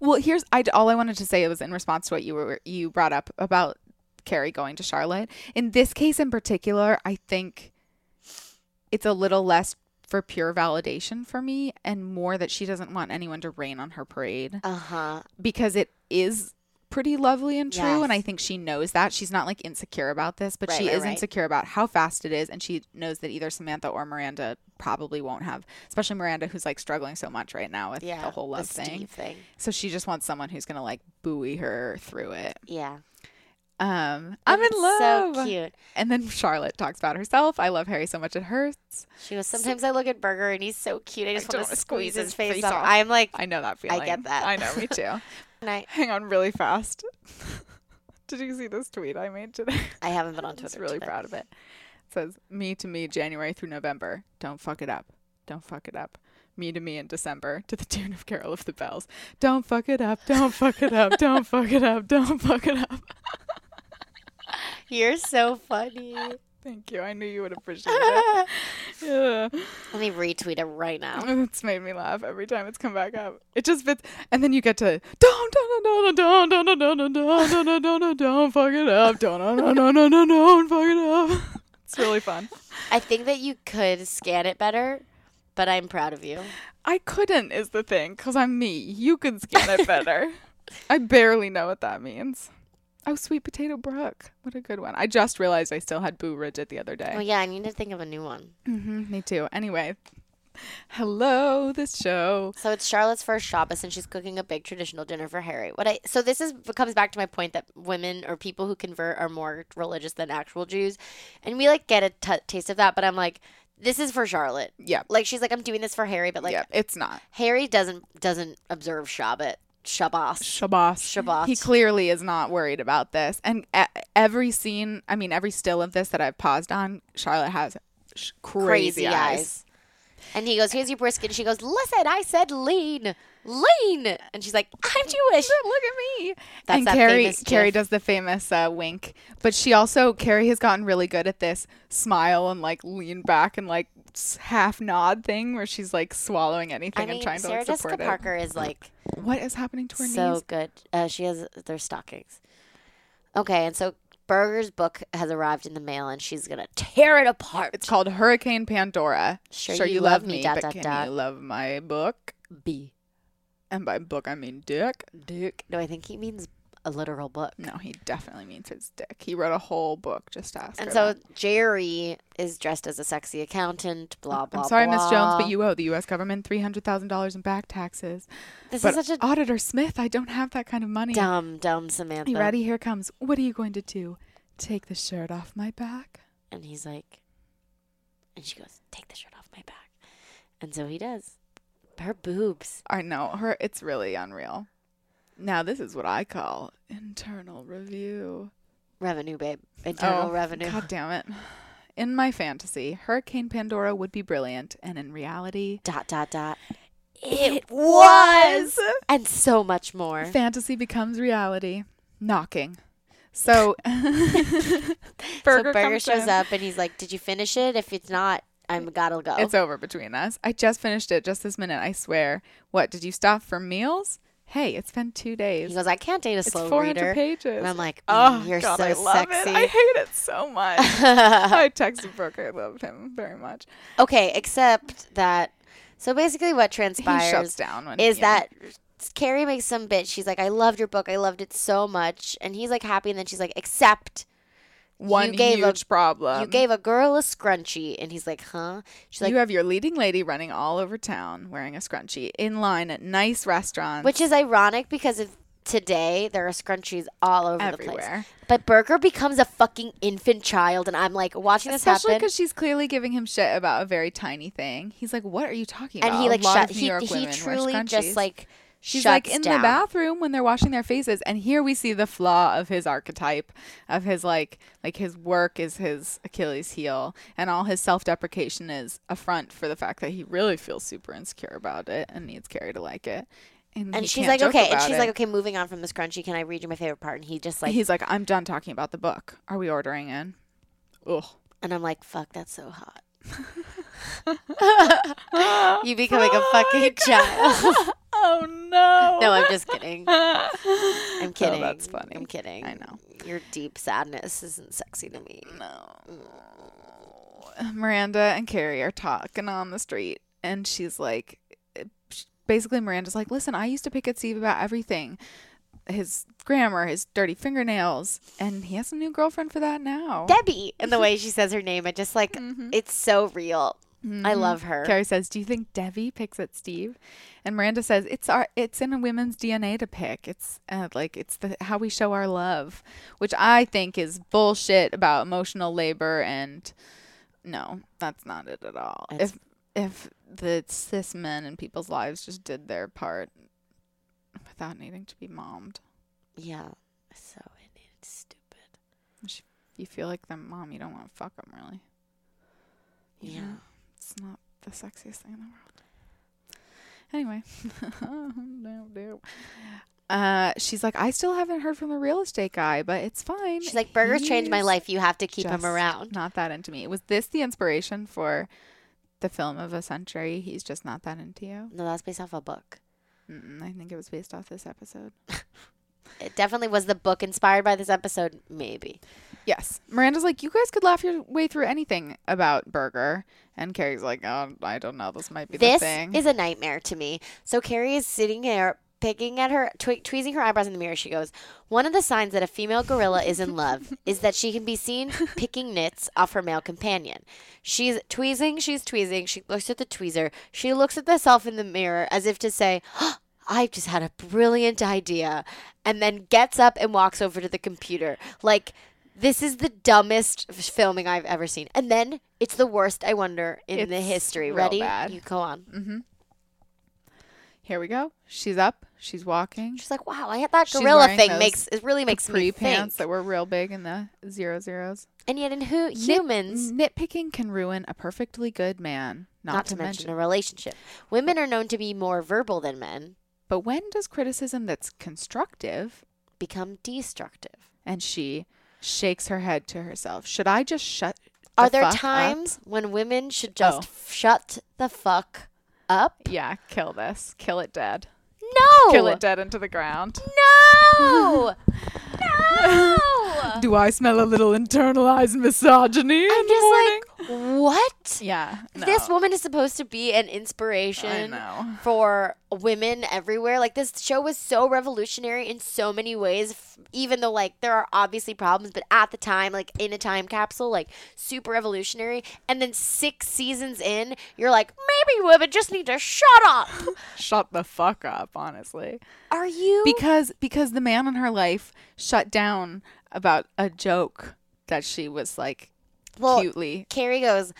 Speaker 3: Well, here's I all I wanted to say was in response to what you were you brought up about Carrie going to Charlotte. In this case in particular, I think it's a little less for pure validation for me and more that she doesn't want anyone to rain on her parade
Speaker 1: uh huh.
Speaker 3: because it is pretty lovely and true and I
Speaker 1: Yes.
Speaker 3: think she knows that. She's not like insecure about this, but
Speaker 1: Right,
Speaker 3: she
Speaker 1: right,
Speaker 3: is
Speaker 1: right.
Speaker 3: insecure about how fast it is and she knows that either Samantha or Miranda probably won't have, especially Miranda who's like struggling so much right now with
Speaker 1: Yeah.
Speaker 3: the whole love
Speaker 1: Steve
Speaker 3: thing. So she just wants someone who's gonna like buoy her through it.
Speaker 1: Yeah.
Speaker 3: Um, I'm in
Speaker 1: It's
Speaker 3: love.
Speaker 1: So cute.
Speaker 3: And then Charlotte talks about herself. I love Harry so much it hurts.
Speaker 1: She goes, Sometimes I look at Burger and he's so cute. I just
Speaker 3: don't
Speaker 1: want to
Speaker 3: wanna
Speaker 1: squeeze his face off. I'm like,
Speaker 3: I know that
Speaker 1: I
Speaker 3: feeling.
Speaker 1: get that.
Speaker 3: I know, me
Speaker 1: [LAUGHS]
Speaker 3: too.
Speaker 1: and
Speaker 3: [LAUGHS]
Speaker 1: I,
Speaker 3: Hang on, really fast. [LAUGHS] Did you see this tweet I made today?
Speaker 1: I haven't
Speaker 3: [LAUGHS]
Speaker 1: been on
Speaker 3: I'm
Speaker 1: Twitter.
Speaker 3: just really
Speaker 1: today.
Speaker 3: proud of it. It says me to me January through November. Don't fuck it up. Don't fuck it up. Me to me in December to the tune of Carol of the Bells. Don't fuck it up. Don't fuck it up. Don't fuck it up. Don't fuck it up. [LAUGHS]
Speaker 1: You're so
Speaker 3: [LAUGHS]
Speaker 1: funny.
Speaker 3: Thank you. I knew you would appreciate
Speaker 1: [LAUGHS]
Speaker 3: it. yeah.
Speaker 1: Let me retweet it right now.
Speaker 3: [LAUGHS] It's made me laugh every time it's come back up. It just fits. And then you get to don't don't don't don't don't don't don't don't don't don't don't don't don't fuck it up. Don't don't don't don't don't don't fuck it up. [LAUGHS] It's really fun.
Speaker 1: I think that you could scan it better, but I'm proud of you.
Speaker 3: I couldn't is the thing because I'm me. You could scan
Speaker 1: [LAUGHS]
Speaker 3: it better. I barely know what that means. Oh, sweet potato Brooke. What a good one. I just realized I still had Boo Ridget the other day.
Speaker 1: Oh, yeah. I need to think of a new one.
Speaker 3: Mm, Me too. Anyway, hello, this show.
Speaker 1: So it's Charlotte's first Shabbos, and she's cooking a big traditional dinner for Harry. What I so this is comes back to my point that women or people who convert are more religious than actual Jews, and we like get a t- taste of that. But I'm like, this is for Charlotte.
Speaker 3: Yeah.
Speaker 1: Like she's like, I'm doing this for Harry, but like
Speaker 3: yeah, it's not.
Speaker 1: Harry doesn't doesn't observe Shabbat Shabbos.
Speaker 3: Shabbat.
Speaker 1: Shabbat.
Speaker 3: He clearly is not worried about this. And e- every scene, I mean, every still of this that I've paused on, Charlotte has sh- crazy,
Speaker 1: Crazy
Speaker 3: eyes.
Speaker 1: eyes. And he goes, "Here's your brisket." And she goes, "Listen, I said lean, lean." And she's like, "I'm Jewish."
Speaker 3: Look at me.
Speaker 1: That's
Speaker 3: and
Speaker 1: that
Speaker 3: Carrie,
Speaker 1: famous gif.
Speaker 3: Carrie does the famous uh, wink, but she also Carrie has gotten really good at this smile and like lean back and like s- half nod thing where she's like swallowing anything
Speaker 1: I mean,
Speaker 3: and trying to
Speaker 1: Sarah
Speaker 3: like,
Speaker 1: Jessica
Speaker 3: support it.
Speaker 1: Parker is like.
Speaker 3: What is happening to her
Speaker 1: so
Speaker 3: knees?
Speaker 1: good. Uh, she has their stockings. Okay, and so Burger's book has arrived in the mail, and she's gonna tear it apart.
Speaker 3: It's called Hurricane Pandora.
Speaker 1: Sure you love me, dot,
Speaker 3: but
Speaker 1: dot,
Speaker 3: can
Speaker 1: dot.
Speaker 3: you love my book?
Speaker 1: B.
Speaker 3: And by book, I mean dick. Dick.
Speaker 1: No, I think he means a literal book.
Speaker 3: No, he definitely means his dick. He wrote a whole book just to ask.
Speaker 1: And
Speaker 3: her
Speaker 1: so
Speaker 3: that.
Speaker 1: Jerry is dressed as a sexy accountant. Blah blah.
Speaker 3: I'm sorry,
Speaker 1: blah.
Speaker 3: Miss Jones, but you owe the U.S. government three hundred thousand dollars in back taxes.
Speaker 1: This
Speaker 3: but
Speaker 1: is such a
Speaker 3: auditor Smith. I don't have that kind of money.
Speaker 1: dumb, dumb Samantha.
Speaker 3: You ready? Here comes. What are you going to do? Take the shirt off my back?
Speaker 1: And he's like, and she goes, "Take the shirt off my back." And so he does. Her boobs.
Speaker 3: I know her. It's really unreal. Now this is what I call internal review.
Speaker 1: Revenue, babe. Internal
Speaker 3: Oh,
Speaker 1: revenue.
Speaker 3: God damn it. In my fantasy, Hurricane Pandora would be brilliant, and in reality,
Speaker 1: dot dot dot. It was, and so much more.
Speaker 3: fantasy becomes reality. Knocking. So, [LAUGHS]
Speaker 1: so Burger
Speaker 3: Burger, comes
Speaker 1: shows
Speaker 3: in.
Speaker 1: up and he's like, "Did you finish it? If it's not, I'm gotta go."
Speaker 3: It's over between us. I just finished it just this minute. I swear. What did you stop for meals? Hey, it's been two days.
Speaker 1: he goes, "I can't date a
Speaker 3: it's
Speaker 1: slow
Speaker 3: 400
Speaker 1: reader."
Speaker 3: pages.
Speaker 1: And I'm like,
Speaker 3: Oh,
Speaker 1: "Mm, "You're
Speaker 3: God,
Speaker 1: so
Speaker 3: I love
Speaker 1: sexy."
Speaker 3: It. I hate it
Speaker 1: [LAUGHS]
Speaker 3: so much. I texted Brooker. I love him very much.
Speaker 1: okay, except that. So basically, what transpires
Speaker 3: down when-
Speaker 1: is
Speaker 3: yeah.
Speaker 1: that Carrie makes some bitch. She's like, "I loved your book. I loved it so much," and he's like happy, and then she's like, "Except." You
Speaker 3: one
Speaker 1: gave a-
Speaker 3: huge problem.
Speaker 1: you gave a girl a scrunchie, and he's like, huh? She's like,
Speaker 3: Um, you have your leading lady running all over town wearing a scrunchie in line at nice restaurants.
Speaker 1: Which is ironic because of today there are scrunchies all over the place.
Speaker 3: Everywhere.
Speaker 1: But Burger becomes a fucking infant child, and I'm like watching this
Speaker 3: especially
Speaker 1: happen.
Speaker 3: because she's clearly giving him shit about a very tiny thing. He's like, "What are you talking
Speaker 1: and
Speaker 3: about?"
Speaker 1: he
Speaker 3: A
Speaker 1: like
Speaker 3: lot
Speaker 1: shut.
Speaker 3: of New
Speaker 1: He,
Speaker 3: York
Speaker 1: he
Speaker 3: women wear
Speaker 1: truly just
Speaker 3: scrunchies."
Speaker 1: like.
Speaker 3: She's
Speaker 1: shuts
Speaker 3: like in
Speaker 1: down.
Speaker 3: the bathroom when they're washing their faces, and here we see the flaw of his archetype, of his like like his work is his Achilles heel, and all his self deprecation is a front for the fact that he really feels super insecure about it and needs Carrie to like it. And,
Speaker 1: And
Speaker 3: he
Speaker 1: she's
Speaker 3: can't
Speaker 1: like,
Speaker 3: joke
Speaker 1: okay. And
Speaker 3: about
Speaker 1: she's
Speaker 3: it.
Speaker 1: like, okay, moving on from the scrunchie, can I read you my favorite part? And he just like,
Speaker 3: he's like, I'm done talking about the book. Are we ordering in? Ugh.
Speaker 1: and I'm like, fuck, that's so
Speaker 3: [LAUGHS]
Speaker 1: hot. you becoming a fucking child.
Speaker 3: [LAUGHS] Oh no.
Speaker 1: no, I'm just
Speaker 3: [LAUGHS]
Speaker 1: kidding. I'm kidding.
Speaker 3: that's funny.
Speaker 1: I'm kidding.
Speaker 3: I know.
Speaker 1: Your deep sadness isn't sexy to me.
Speaker 3: Miranda and Carrie are talking on the street, and she's like, basically, Miranda's like, listen, I used to pick at Steve about everything his grammar, his dirty fingernails, and he has a new girlfriend for that now.
Speaker 1: Debbie and the way she says her name. I just like it's so real. I love her.
Speaker 3: Mm-hmm. Carrie says, "Do you think Debbie picks at Steve?" And Miranda says, "It's our, it's in a women's DNA to pick. It's uh, like it's the how we show our love, which I think is bullshit about emotional labor. And no, that's not it at all.
Speaker 1: It's-
Speaker 3: if if the cis men in people's lives just did their part without needing to be mommed,
Speaker 1: yeah. So it- it's stupid.
Speaker 3: which you feel like the mom, you don't want to fuck them really.
Speaker 1: Yeah.
Speaker 3: It's not the sexiest thing in the world. Anyway, [LAUGHS] no, no. Uh, she's like, I still haven't heard from the real estate guy, but it's fine.
Speaker 1: She's like, burgers changed my
Speaker 3: He's
Speaker 1: life. You have to keep
Speaker 3: just
Speaker 1: him around.
Speaker 3: Not that into me. Was this the inspiration for the film of a century? He's just not that into you.
Speaker 1: No, that's based off a book. Mm,
Speaker 3: Mm-mm, I think it was based off this episode.
Speaker 1: It definitely was the book inspired by this episode, maybe.
Speaker 3: Yes. Miranda's like, you guys could laugh your way through anything about Burger. And Carrie's like, oh, I don't know. This might be
Speaker 1: this
Speaker 3: the thing.
Speaker 1: is a nightmare to me. So Carrie is sitting there picking at her, twe- tweezing her eyebrows in the mirror. She goes, One of the signs that a female gorilla is in love
Speaker 3: [LAUGHS]
Speaker 1: is that she can be seen picking nits off her male companion. She's tweezing, she's tweezing. She looks at the tweezer. She looks at herself in the mirror as if to say, [GASPS] "Oh, I've just had a brilliant idea. And then gets up and walks over to the computer. Like, this is the dumbest f- filming I've ever seen. And then it's the worst, I wonder, in the
Speaker 3: It's
Speaker 1: history.
Speaker 3: real
Speaker 1: Ready?
Speaker 3: bad.
Speaker 1: You go on.
Speaker 3: Mm-hmm. Here we go. She's up. She's walking.
Speaker 1: She's like, wow, I had that
Speaker 3: She's
Speaker 1: gorilla
Speaker 3: wearing
Speaker 1: thing
Speaker 3: those
Speaker 1: makes it really makes me
Speaker 3: capri
Speaker 1: think.
Speaker 3: pants that were real big in the zero zeros.
Speaker 1: and yet, in who
Speaker 3: Nit-
Speaker 1: humans,
Speaker 3: nitpicking can ruin a perfectly good man. mm-hmm. Not,
Speaker 1: not to mention a relationship, women are known to be more verbal than men,
Speaker 3: But when does criticism that's constructive?
Speaker 1: become destructive.
Speaker 3: And she shakes her head to herself. Should I just shut?
Speaker 1: Are
Speaker 3: the
Speaker 1: there
Speaker 3: fuck up?"
Speaker 1: times when women should just
Speaker 3: Oh.
Speaker 1: f- shut the fuck up?
Speaker 3: Yeah, kill this. Kill it dead.
Speaker 1: No,
Speaker 3: Kill it dead into the ground. [LAUGHS]
Speaker 1: no, no.
Speaker 3: Do I smell a little internalized misogyny
Speaker 1: I'm
Speaker 3: in the morning?
Speaker 1: just like, what?
Speaker 3: yeah.
Speaker 1: This
Speaker 3: no.
Speaker 1: woman is supposed to be an inspiration
Speaker 3: I know.
Speaker 1: for women everywhere. Like this show was so revolutionary in so many ways, f- even though like there are obviously problems, but at the time, like in a time capsule, like super revolutionary. And then six seasons in, you're like, maybe women just need to shut
Speaker 3: [GASPS]
Speaker 1: up.
Speaker 3: Shut the fuck up, honestly.
Speaker 1: Are you?
Speaker 3: because because the man in her life shut down about a joke that she was like
Speaker 1: Well,
Speaker 3: cutely
Speaker 1: Carrie goes,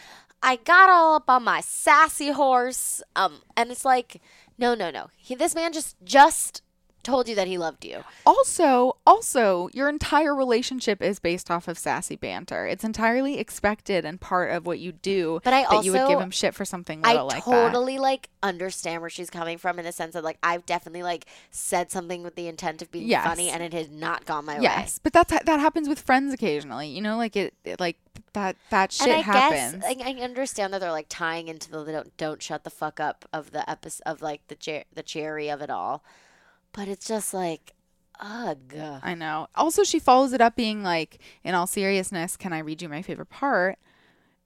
Speaker 1: I got all up on my sassy horse, um, and it's like, no, no, no. He, this man just just told you that he loved you.
Speaker 3: also also your entire relationship is based off of sassy banter it's entirely expected and part of what you do
Speaker 1: But I
Speaker 3: that you would
Speaker 1: also-
Speaker 3: give him shit for something
Speaker 1: I
Speaker 3: little like that
Speaker 1: totally like understand where she's coming from in the sense that like I've definitely like said something with the intent of being
Speaker 3: Yes.
Speaker 1: funny and it has not gone my
Speaker 3: yes but that's that happens with friends occasionally you know like it, it like that that
Speaker 1: way.
Speaker 3: shit
Speaker 1: And I
Speaker 3: happens
Speaker 1: guess I, I understand that they're like tying into the don't don't shut the fuck up of the episode of like the cher- the cherry of it all, but it's just like, ugh.
Speaker 3: I know. Also, she follows it up being like, in all seriousness, can I read you my favorite part?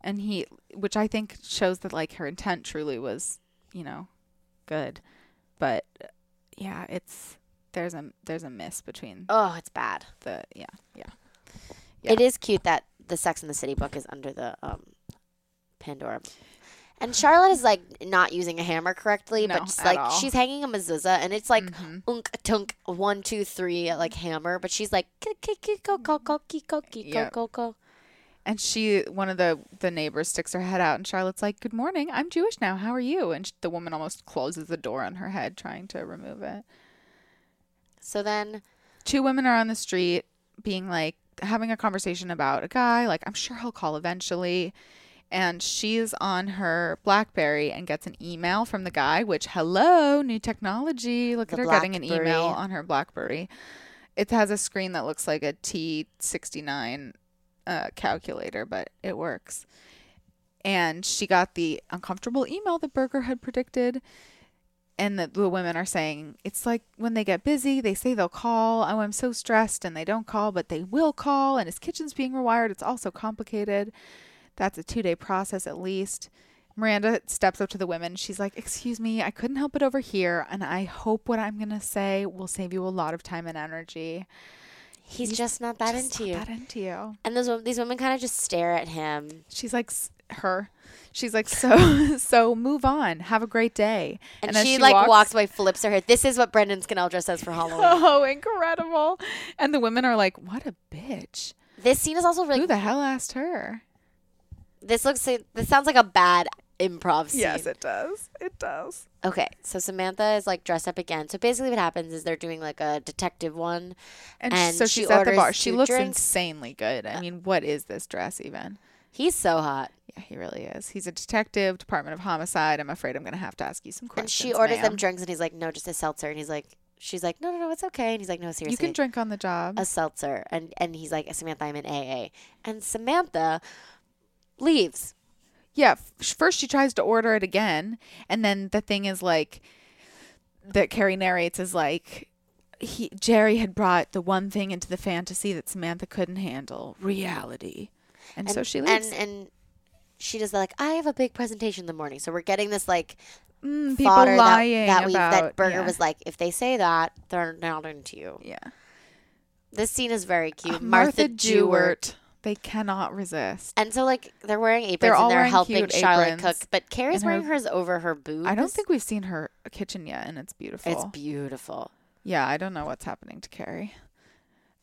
Speaker 3: And he, which I think shows that like her intent truly was, you know, good. But uh, yeah, it's there's a there's a miss between
Speaker 1: Oh, it's bad.
Speaker 3: the yeah yeah. Yeah.
Speaker 1: It is cute that the Sex in the City book is under the um, Pandora.
Speaker 3: [SIGHS]
Speaker 1: And Charlotte is like not using a hammer correctly,
Speaker 3: No,
Speaker 1: but just,
Speaker 3: at
Speaker 1: like
Speaker 3: all. Mm-hmm.
Speaker 1: she's hanging a mezuzah, and it's like unk tunk one two three like hammer, but she's like kiko kiko kiko
Speaker 3: Yep.
Speaker 1: kiko kiko.
Speaker 3: And she, one of the the neighbors, sticks her head out, and Charlotte's like, "Good morning, I'm Jewish now. How are you?" And sh- the woman almost closes the door on her head, trying to remove it.
Speaker 1: So then
Speaker 3: Two women are on the street, being like having a conversation about a guy. Like, I'm sure he'll call eventually. And she's on her BlackBerry and gets an email from the guy. Which, hello, new technology. Look at
Speaker 1: The
Speaker 3: her getting an email
Speaker 1: Blackberry.
Speaker 3: on her BlackBerry. It has a screen that looks like a T69 uh, calculator, but it works. And she got the uncomfortable email that Berger had predicted. And the, the women are saying, it's like when they get busy, they say they'll call. Oh, I'm so stressed. And they don't call, but they will call. And his kitchen's being rewired. It's all so complicated. That's a two day process at least. Miranda steps up to the women. She's like, Excuse me, I couldn't help it over here. And I hope what I'm going to say will save you a lot of time and energy.
Speaker 1: he's, just not that
Speaker 3: Just
Speaker 1: into you,
Speaker 3: not that into you.
Speaker 1: and those wo- these women kind of just stare at him,
Speaker 3: She's like, s- her. She's
Speaker 1: [LAUGHS]
Speaker 3: like, so, so move on. Have a great day.
Speaker 1: and,
Speaker 3: as
Speaker 1: she, like walks, away, flips her hair. This is what Brendan Scaneldra says
Speaker 3: [LAUGHS]
Speaker 1: for Halloween.
Speaker 3: Oh, incredible. And the women are like, what a bitch.
Speaker 1: this scene is also really
Speaker 3: Who the hell asked her?
Speaker 1: This looks. like- This sounds like a bad improv scene.
Speaker 3: it does. It does.
Speaker 1: Okay, so Samantha is like dressed up again. So basically, what happens is they're doing like a detective one,
Speaker 3: And, sh- so she's at the
Speaker 1: orders
Speaker 3: bar. She
Speaker 1: two
Speaker 3: looks
Speaker 1: drinks.
Speaker 3: insanely good. I mean, what is this dress even?
Speaker 1: He's so hot,
Speaker 3: Yeah, he really is. He's a detective, Department of Homicide. I'm afraid I'm going to have to ask you some
Speaker 1: and
Speaker 3: questions.
Speaker 1: she orders
Speaker 3: ma'am.
Speaker 1: them drinks, and he's like, "No, just a seltzer," and he's like, "She's like, no, no, no, it's okay," and he's like, "No, seriously,
Speaker 3: You can drink on the job.
Speaker 1: a seltzer," and and he's like, "Samantha, I'm in AA," and Samantha leaves.
Speaker 3: yeah. f- First, she tries to order it again, and then the thing is like that Carrie narrates is like he Jerry had brought the one thing into the fantasy that Samantha couldn't handle, reality, and, so she leaves.
Speaker 1: and and she does like, "I have a big presentation in the morning," so we're getting this like
Speaker 3: Mm,
Speaker 1: fodder
Speaker 3: people lying
Speaker 1: that that, we,
Speaker 3: about
Speaker 1: that Berger
Speaker 3: yeah.
Speaker 1: was like, "If they say that, they're not into you."
Speaker 3: yeah.
Speaker 1: This scene is very cute.
Speaker 3: Uh,
Speaker 1: Martha, Jewart.
Speaker 3: They cannot resist.
Speaker 1: And so, like, they're wearing aprons
Speaker 3: They're all
Speaker 1: and they're
Speaker 3: wearing
Speaker 1: helping
Speaker 3: cute
Speaker 1: Charlotte
Speaker 3: aprons.
Speaker 1: cook. But Carrie's
Speaker 3: And her-
Speaker 1: wearing hers over her boobs.
Speaker 3: I don't think we've seen her kitchen yet, and it's beautiful.
Speaker 1: it's beautiful.
Speaker 3: Yeah, I don't know what's happening to Carrie.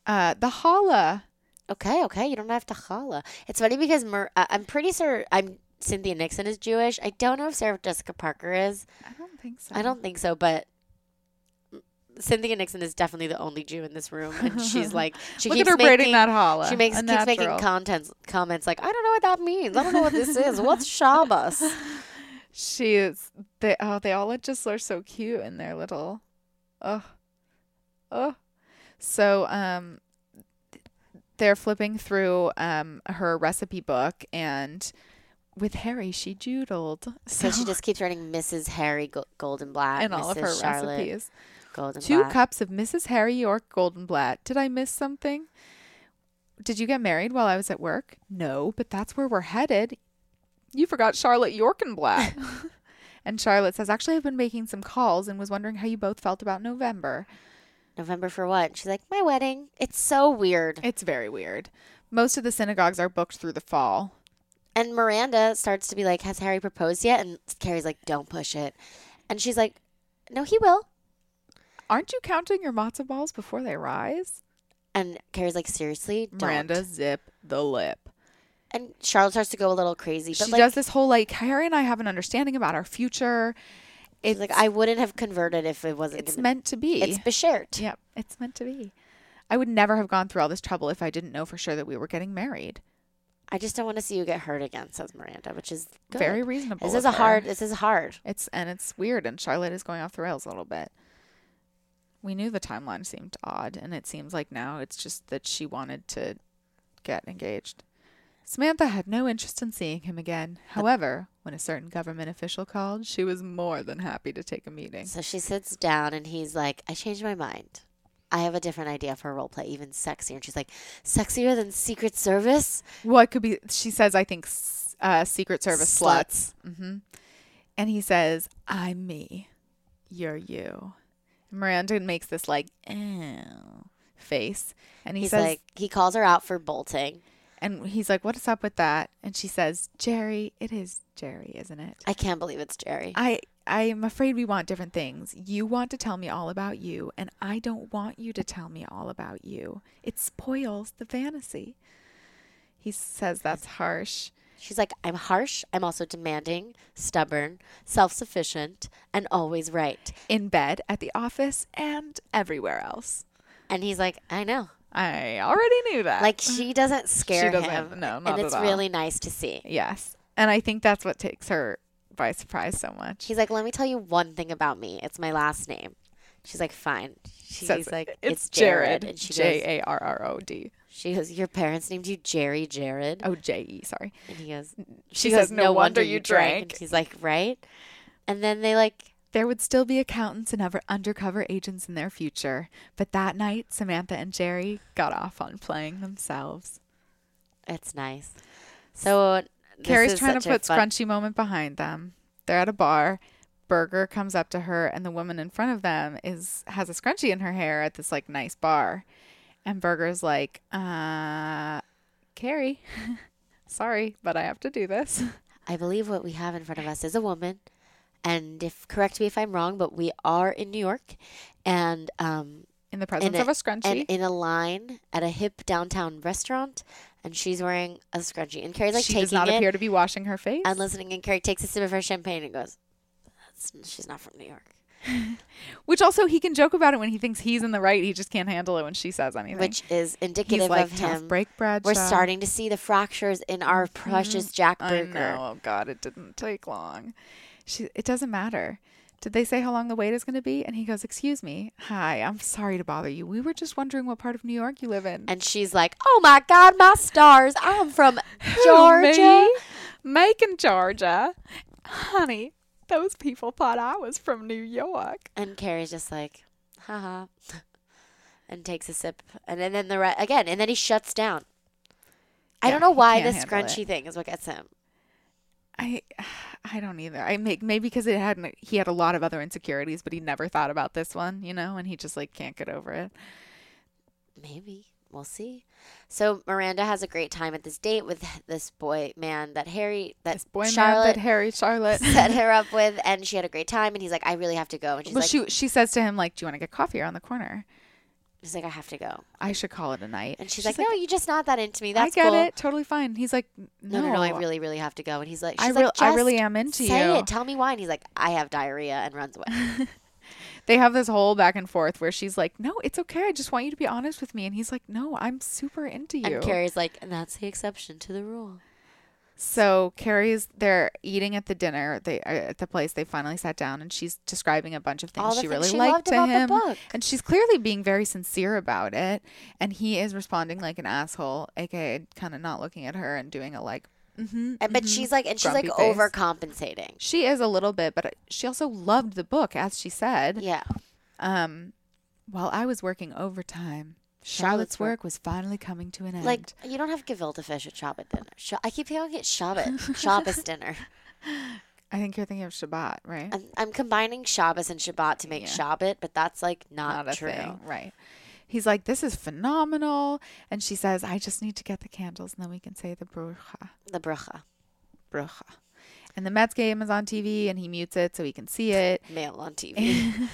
Speaker 3: Uh, the holla.
Speaker 1: Okay, okay, you don't have to holla. It's funny because Mer- uh, I'm pretty sure I'm Cynthia Nixon is Jewish. I don't know if Sarah Jessica Parker is.
Speaker 3: I don't think so.
Speaker 1: I don't think so, but. Cynthia Nixon is definitely the only Jew in this room, and
Speaker 3: [LAUGHS]
Speaker 1: she's like, she
Speaker 3: Look
Speaker 1: keeps
Speaker 3: at her braiding
Speaker 1: making-
Speaker 3: that holla.
Speaker 1: She makes
Speaker 3: A
Speaker 1: keeps making
Speaker 3: natural.
Speaker 1: contents comments like, I don't know what that means. I don't know what this is. What's Shabbos?
Speaker 3: She is. They oh, they all just are so cute in their little. Oh, oh. So um, they're flipping through um her recipe book and. With Harry, she doodled.
Speaker 1: So she just keeps writing Mrs. Harry Go- Golden Black
Speaker 3: and all
Speaker 1: Mrs.
Speaker 3: of her
Speaker 1: Charlotte
Speaker 3: recipes.
Speaker 1: Golden
Speaker 3: Two
Speaker 1: Black.
Speaker 3: cups of Mrs. Harry York Goldenblatt. Did I miss something? Did you get married while I was at work? No, but that's where we're headed. You forgot Charlotte Yorkenblatt. [LAUGHS] and Charlotte says, Actually, I've been making some calls and was wondering how you both felt about November.
Speaker 1: November for what? And she's like, my wedding. It's so weird.
Speaker 3: It's very weird. Most of the synagogues are booked through the fall.
Speaker 1: And Miranda starts to be like, has Harry proposed yet? And Carrie's like, don't push it. And she's like, no, he will.
Speaker 3: Aren't you counting your matzo balls before they rise?
Speaker 1: And Carrie's like, seriously, don't.
Speaker 3: Miranda, zip the lip.
Speaker 1: And Charlotte starts to go a little crazy. But
Speaker 3: she
Speaker 1: like,
Speaker 3: does this whole like, Harry and I have an understanding about our future.
Speaker 1: She's like, I wouldn't have converted if it wasn't.
Speaker 3: It's
Speaker 1: gonna-
Speaker 3: meant to be.
Speaker 1: It's
Speaker 3: [LAUGHS]
Speaker 1: beshert.
Speaker 3: Yep, it's meant to be. I would never have gone through all this trouble if I didn't know for sure that we were getting married.
Speaker 1: I just don't want to see you get hurt again, says Miranda, which is good.
Speaker 3: Very reasonable
Speaker 1: This is
Speaker 3: of
Speaker 1: a hard.
Speaker 3: her.
Speaker 1: This is hard.
Speaker 3: It's and it's weird and Charlotte is going off the rails a little bit. We knew the timeline seemed odd and it seems like now it's just that she wanted to get engaged. Samantha had no interest in seeing him again. However, when a certain government official called, she was more than happy to take a meeting.
Speaker 1: So she sits down and he's like, I changed my mind. I have a different idea for role play, even sexier. And she's like, sexier than Secret Service?
Speaker 3: What could be? She says, I think s- uh, Secret Service
Speaker 1: Sluts.
Speaker 3: sluts. hmm And he says, I'm me. You're you. Miranda makes this like, oh. face. And he
Speaker 1: He's
Speaker 3: says,
Speaker 1: like, he calls her out for bolting.
Speaker 3: and he's like, what is up with that? And she says, Jerry, it is Jerry, isn't it?
Speaker 1: I can't believe it's Jerry.
Speaker 3: I I'm afraid we want different things. You want to tell me all about you, and I don't want you to tell me all about you. It spoils the fantasy. He says that's harsh.
Speaker 1: She's like, I'm harsh. I'm also demanding, stubborn, self sufficient, and always right.
Speaker 3: In bed, at the office, and everywhere else.
Speaker 1: And he's like, I know.
Speaker 3: I already knew that.
Speaker 1: Like, she doesn't scare
Speaker 3: Uh, doesn't-
Speaker 1: him.
Speaker 3: no, not
Speaker 1: And
Speaker 3: at
Speaker 1: it's
Speaker 3: all.
Speaker 1: really nice to see.
Speaker 3: yes, and I think that's what takes her by surprise so much.
Speaker 1: He's like, let me tell you one thing about me. It's my last name. She's like, fine. She's
Speaker 3: Says,
Speaker 1: like, it's, Jared. And she
Speaker 3: J
Speaker 1: goes,
Speaker 3: A R E R O D.
Speaker 1: she goes, your parents named you Jerry Jared.
Speaker 3: Oh, J E. Sorry.
Speaker 1: And he goes,
Speaker 3: She says, "No wonder you drank."
Speaker 1: And he's like, right. And then they like,
Speaker 3: There would still be accountants and other undercover agents in their future, but that night, Samantha and Jerry got off on playing themselves.
Speaker 1: it's nice. So this
Speaker 3: Carrie's
Speaker 1: is
Speaker 3: trying to
Speaker 1: such a
Speaker 3: put
Speaker 1: fun-
Speaker 3: Scrunchy Moment behind them. They're at a bar. Burger comes up to her, and the woman in front of them is has a scrunchie in her hair at this like nice bar, and Burger's like, "Uh, Carrie, [LAUGHS] sorry, but I have to do this." [LAUGHS]
Speaker 1: I believe what we have in front of us is a woman, and if correct me if I'm wrong, but we are in New York, and um,
Speaker 3: In the presence of a scrunchie,
Speaker 1: and in a line at a hip downtown restaurant, and she's wearing a scrunchie, and Carrie's like
Speaker 3: she
Speaker 1: taking
Speaker 3: does not
Speaker 1: it
Speaker 3: appear to be washing her face.
Speaker 1: and listening, and Carrie takes a sip of her champagne and goes, That's, "She's not from New York,"
Speaker 3: Which also he can joke about it when he thinks he's in the right. He just can't handle it when she says anything.
Speaker 1: which is indicative
Speaker 3: like,
Speaker 1: of
Speaker 3: "Tough
Speaker 1: him.
Speaker 3: break,
Speaker 1: We're
Speaker 3: Bradshaw."
Speaker 1: starting to see the fractures in our precious Jack
Speaker 3: I
Speaker 1: Burger.
Speaker 3: know. Oh God, it didn't take long. She. It doesn't matter. Did they say how long the wait is going to be? And he goes, "Excuse me. Hi, I'm sorry to bother you. We were just wondering what part of New York you live in."
Speaker 1: And she's like, "Oh my God, my stars! I'm
Speaker 3: [LAUGHS]
Speaker 1: from
Speaker 3: Oh, me?
Speaker 1: Georgia."
Speaker 3: Macon, Georgia, honey. Those people thought I was from New York.
Speaker 1: And Carrie's just like, haha, [LAUGHS] and takes a sip, and, and then the re- again, and then he shuts down. I
Speaker 3: Yeah,
Speaker 1: don't know
Speaker 3: he
Speaker 1: why the
Speaker 3: can't handle
Speaker 1: scrunchy
Speaker 3: it.
Speaker 1: thing is what gets him.
Speaker 3: I, I don't either. I make maybe because it hadn't. He had a lot of other insecurities, but he never thought about this one, you know. And he just like can't get over it.
Speaker 1: Maybe we'll see. So Miranda has a great time at this date with this boy man that Harry that
Speaker 3: This boy man
Speaker 1: Charlotte
Speaker 3: that Harry
Speaker 1: [LAUGHS]
Speaker 3: Charlotte.
Speaker 1: set her up with, and she had a great time. And he's like, I really have to go. And she's
Speaker 3: well,
Speaker 1: like,
Speaker 3: she she says to him like, "Do you want to get coffee around the corner?"
Speaker 1: she's like, I have to go.
Speaker 3: I should call it a night.
Speaker 1: And she's, like, No, you're just not that into me.
Speaker 3: I
Speaker 1: That's
Speaker 3: get
Speaker 1: cool.
Speaker 3: it, totally fine. He's like,
Speaker 1: No,
Speaker 3: no,
Speaker 1: no, no, I really, really have to go. And he's like,
Speaker 3: I
Speaker 1: she's
Speaker 3: real-
Speaker 1: like,
Speaker 3: I really
Speaker 1: "Just
Speaker 3: am into
Speaker 1: Say
Speaker 3: you."
Speaker 1: it. Tell me why. And he's like, I have diarrhea, and runs
Speaker 3: [LAUGHS]
Speaker 1: away.
Speaker 3: They have this whole back and forth where she's like, no, it's okay. I just want you to be honest with me, and he's like, no, I'm super into you.
Speaker 1: And Carrie's like, and that's the exception to the rule.
Speaker 3: So Carrie's they're eating at the dinner. They uh, at the place they finally sat down, and she's describing a bunch of things
Speaker 1: All the
Speaker 3: she
Speaker 1: things
Speaker 3: really
Speaker 1: she loved
Speaker 3: liked to
Speaker 1: about the
Speaker 3: him,
Speaker 1: book.
Speaker 3: and she's clearly being very sincere about it. And he is responding like an asshole, aka kind of not looking at her and doing a like. Mm-hmm,
Speaker 1: And, but she's like, and she's like
Speaker 3: Grumpy face.
Speaker 1: overcompensating.
Speaker 3: She is a little bit, but she also loved the book, as she said.
Speaker 1: Yeah.
Speaker 3: Um, while I was working overtime,
Speaker 1: Charlotte's
Speaker 3: Charlotte's
Speaker 1: work-
Speaker 3: work was finally coming to an end.
Speaker 1: Like, you don't have gefilte fish at Shabbat dinner. Sh- I keep calling it
Speaker 3: [LAUGHS]
Speaker 1: Shabbat. Shabbos dinner.
Speaker 3: I think you're thinking of Shabbat, right?
Speaker 1: I'm, I'm combining Shabbos and Shabbat to make Shabbat, but that's like not, true.
Speaker 3: right? He's like, "This is phenomenal," and she says, "I just need to get the candles, and then we can say the brucha,
Speaker 1: The bracha.
Speaker 3: brucha." And the Mets game is on TV, and he mutes it so he can see it.
Speaker 1: Male on
Speaker 3: [LAUGHS]
Speaker 1: TV.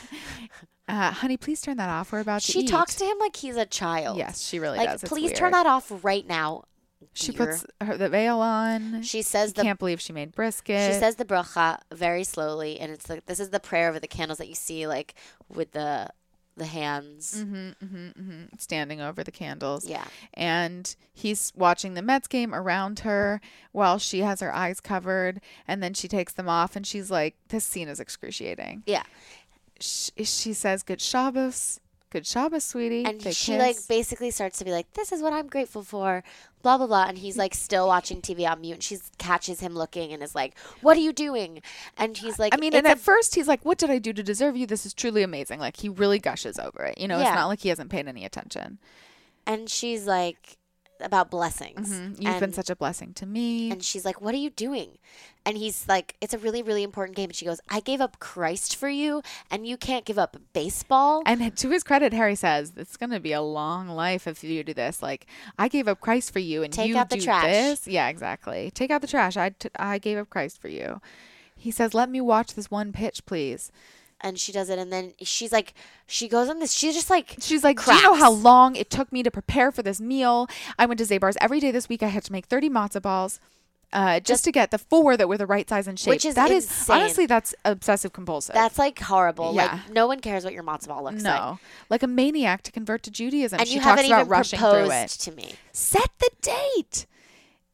Speaker 3: Uh, honey, please turn that off. We're about to.
Speaker 1: she
Speaker 3: eat.
Speaker 1: talks to him like he's a child.
Speaker 3: Yes, she really
Speaker 1: like,
Speaker 3: does. It's
Speaker 1: please turn
Speaker 3: weird.
Speaker 1: that off right now.
Speaker 3: She
Speaker 1: dear."
Speaker 3: puts her, the veil on.
Speaker 1: She says
Speaker 3: He
Speaker 1: the
Speaker 3: can't believe she made brisket.
Speaker 1: She says the bracha very slowly, and it's like this is the prayer over the candles that you see, like with the the hands.
Speaker 3: Mm-hmm. standing over the candles.
Speaker 1: Yeah.
Speaker 3: And he's watching the Mets game around her while she has her eyes covered. And then she takes them off and she's like, this scene is excruciating.
Speaker 1: Yeah,
Speaker 3: She, she says, good Shabbos. Good Shabbos, sweetie.
Speaker 1: and
Speaker 3: They
Speaker 1: she like
Speaker 3: kiss.
Speaker 1: basically starts to be like, "This is what I'm grateful for," blah blah blah, and he's like still watching TV on mute, and she catches him looking and is like, "What are you doing?" And he's like,
Speaker 3: I mean,
Speaker 1: "It's
Speaker 3: and
Speaker 1: a
Speaker 3: at first he's like, what did I do to deserve you? This is truly amazing. Like, he really gushes over it. You know,
Speaker 1: Yeah.
Speaker 3: it's not like he hasn't paid any attention.
Speaker 1: And she's like, about blessings.
Speaker 3: Mhm. You've been
Speaker 1: And-
Speaker 3: such a blessing to me.
Speaker 1: and she's like, What are you doing? And he's like, It's a really, really important game. And she goes, I gave up Christ for you, and you can't give up baseball.
Speaker 3: And to his credit, Harry says, "It's going to be a long life if you do this. Like, I gave up Christ for you, and
Speaker 1: Take
Speaker 3: you
Speaker 1: out the
Speaker 3: do
Speaker 1: trash."
Speaker 3: this. Yeah, exactly. Take out the trash. I t- I gave up Christ for you." He says, "Let me watch this one pitch, please."
Speaker 1: and she does it. And then she's like, She goes on this. She's just like,
Speaker 3: She's like, "Do you know
Speaker 1: cracks.
Speaker 3: how long it took me to prepare for this meal? I went to Zabar's every day this week. I had to make thirty matzo balls." Uh, just, to get the four that were the right size and shape.
Speaker 1: Which is
Speaker 3: That is-
Speaker 1: insane.
Speaker 3: honestly that's obsessive compulsive.
Speaker 1: That's like horrible.
Speaker 3: Yeah.
Speaker 1: Like, no one cares what your matzo ball looks like.
Speaker 3: no, like a maniac to convert to Judaism.
Speaker 1: And
Speaker 3: she
Speaker 1: you
Speaker 3: talks
Speaker 1: haven't
Speaker 3: about
Speaker 1: even
Speaker 3: rushing through it.
Speaker 1: proposed to me.
Speaker 3: set the date.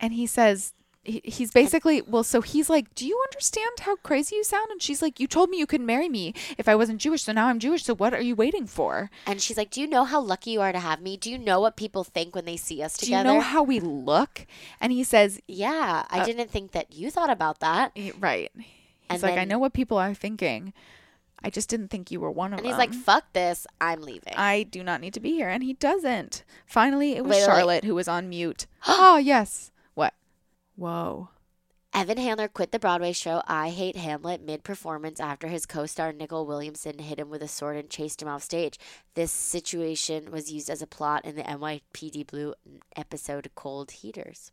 Speaker 3: And he says, he, he's basically, well, so he's like, do you understand how crazy you sound? And she's like, you told me you could marry me if I wasn't Jewish. So now I'm Jewish. So what are you waiting for?
Speaker 1: And she's like, Do you know how lucky you are to have me? Do you know what people think when they see us together?
Speaker 3: Do you know how Uh, we look? And he says,
Speaker 1: yeah, I didn't think that you thought about that.
Speaker 3: he- right. He's
Speaker 1: And
Speaker 3: like, I
Speaker 1: then-
Speaker 3: know what people are thinking. I just didn't think you were one of
Speaker 1: And he's
Speaker 3: them.
Speaker 1: like, Fuck this. I'm leaving.
Speaker 3: I do not need to be here. And he doesn't. Finally, it was
Speaker 1: Wait, wait, wait.
Speaker 3: Charlotte who was
Speaker 1: [GASPS]
Speaker 3: on mute. oh, yes. What? Whoa.
Speaker 1: Evan Handler quit the Broadway show I Hate Hamlet mid performance after his co star Nicole Williamson hit him with a sword and chased him off stage. This situation was used as a plot in the NYPD Blue episode Cold Heaters.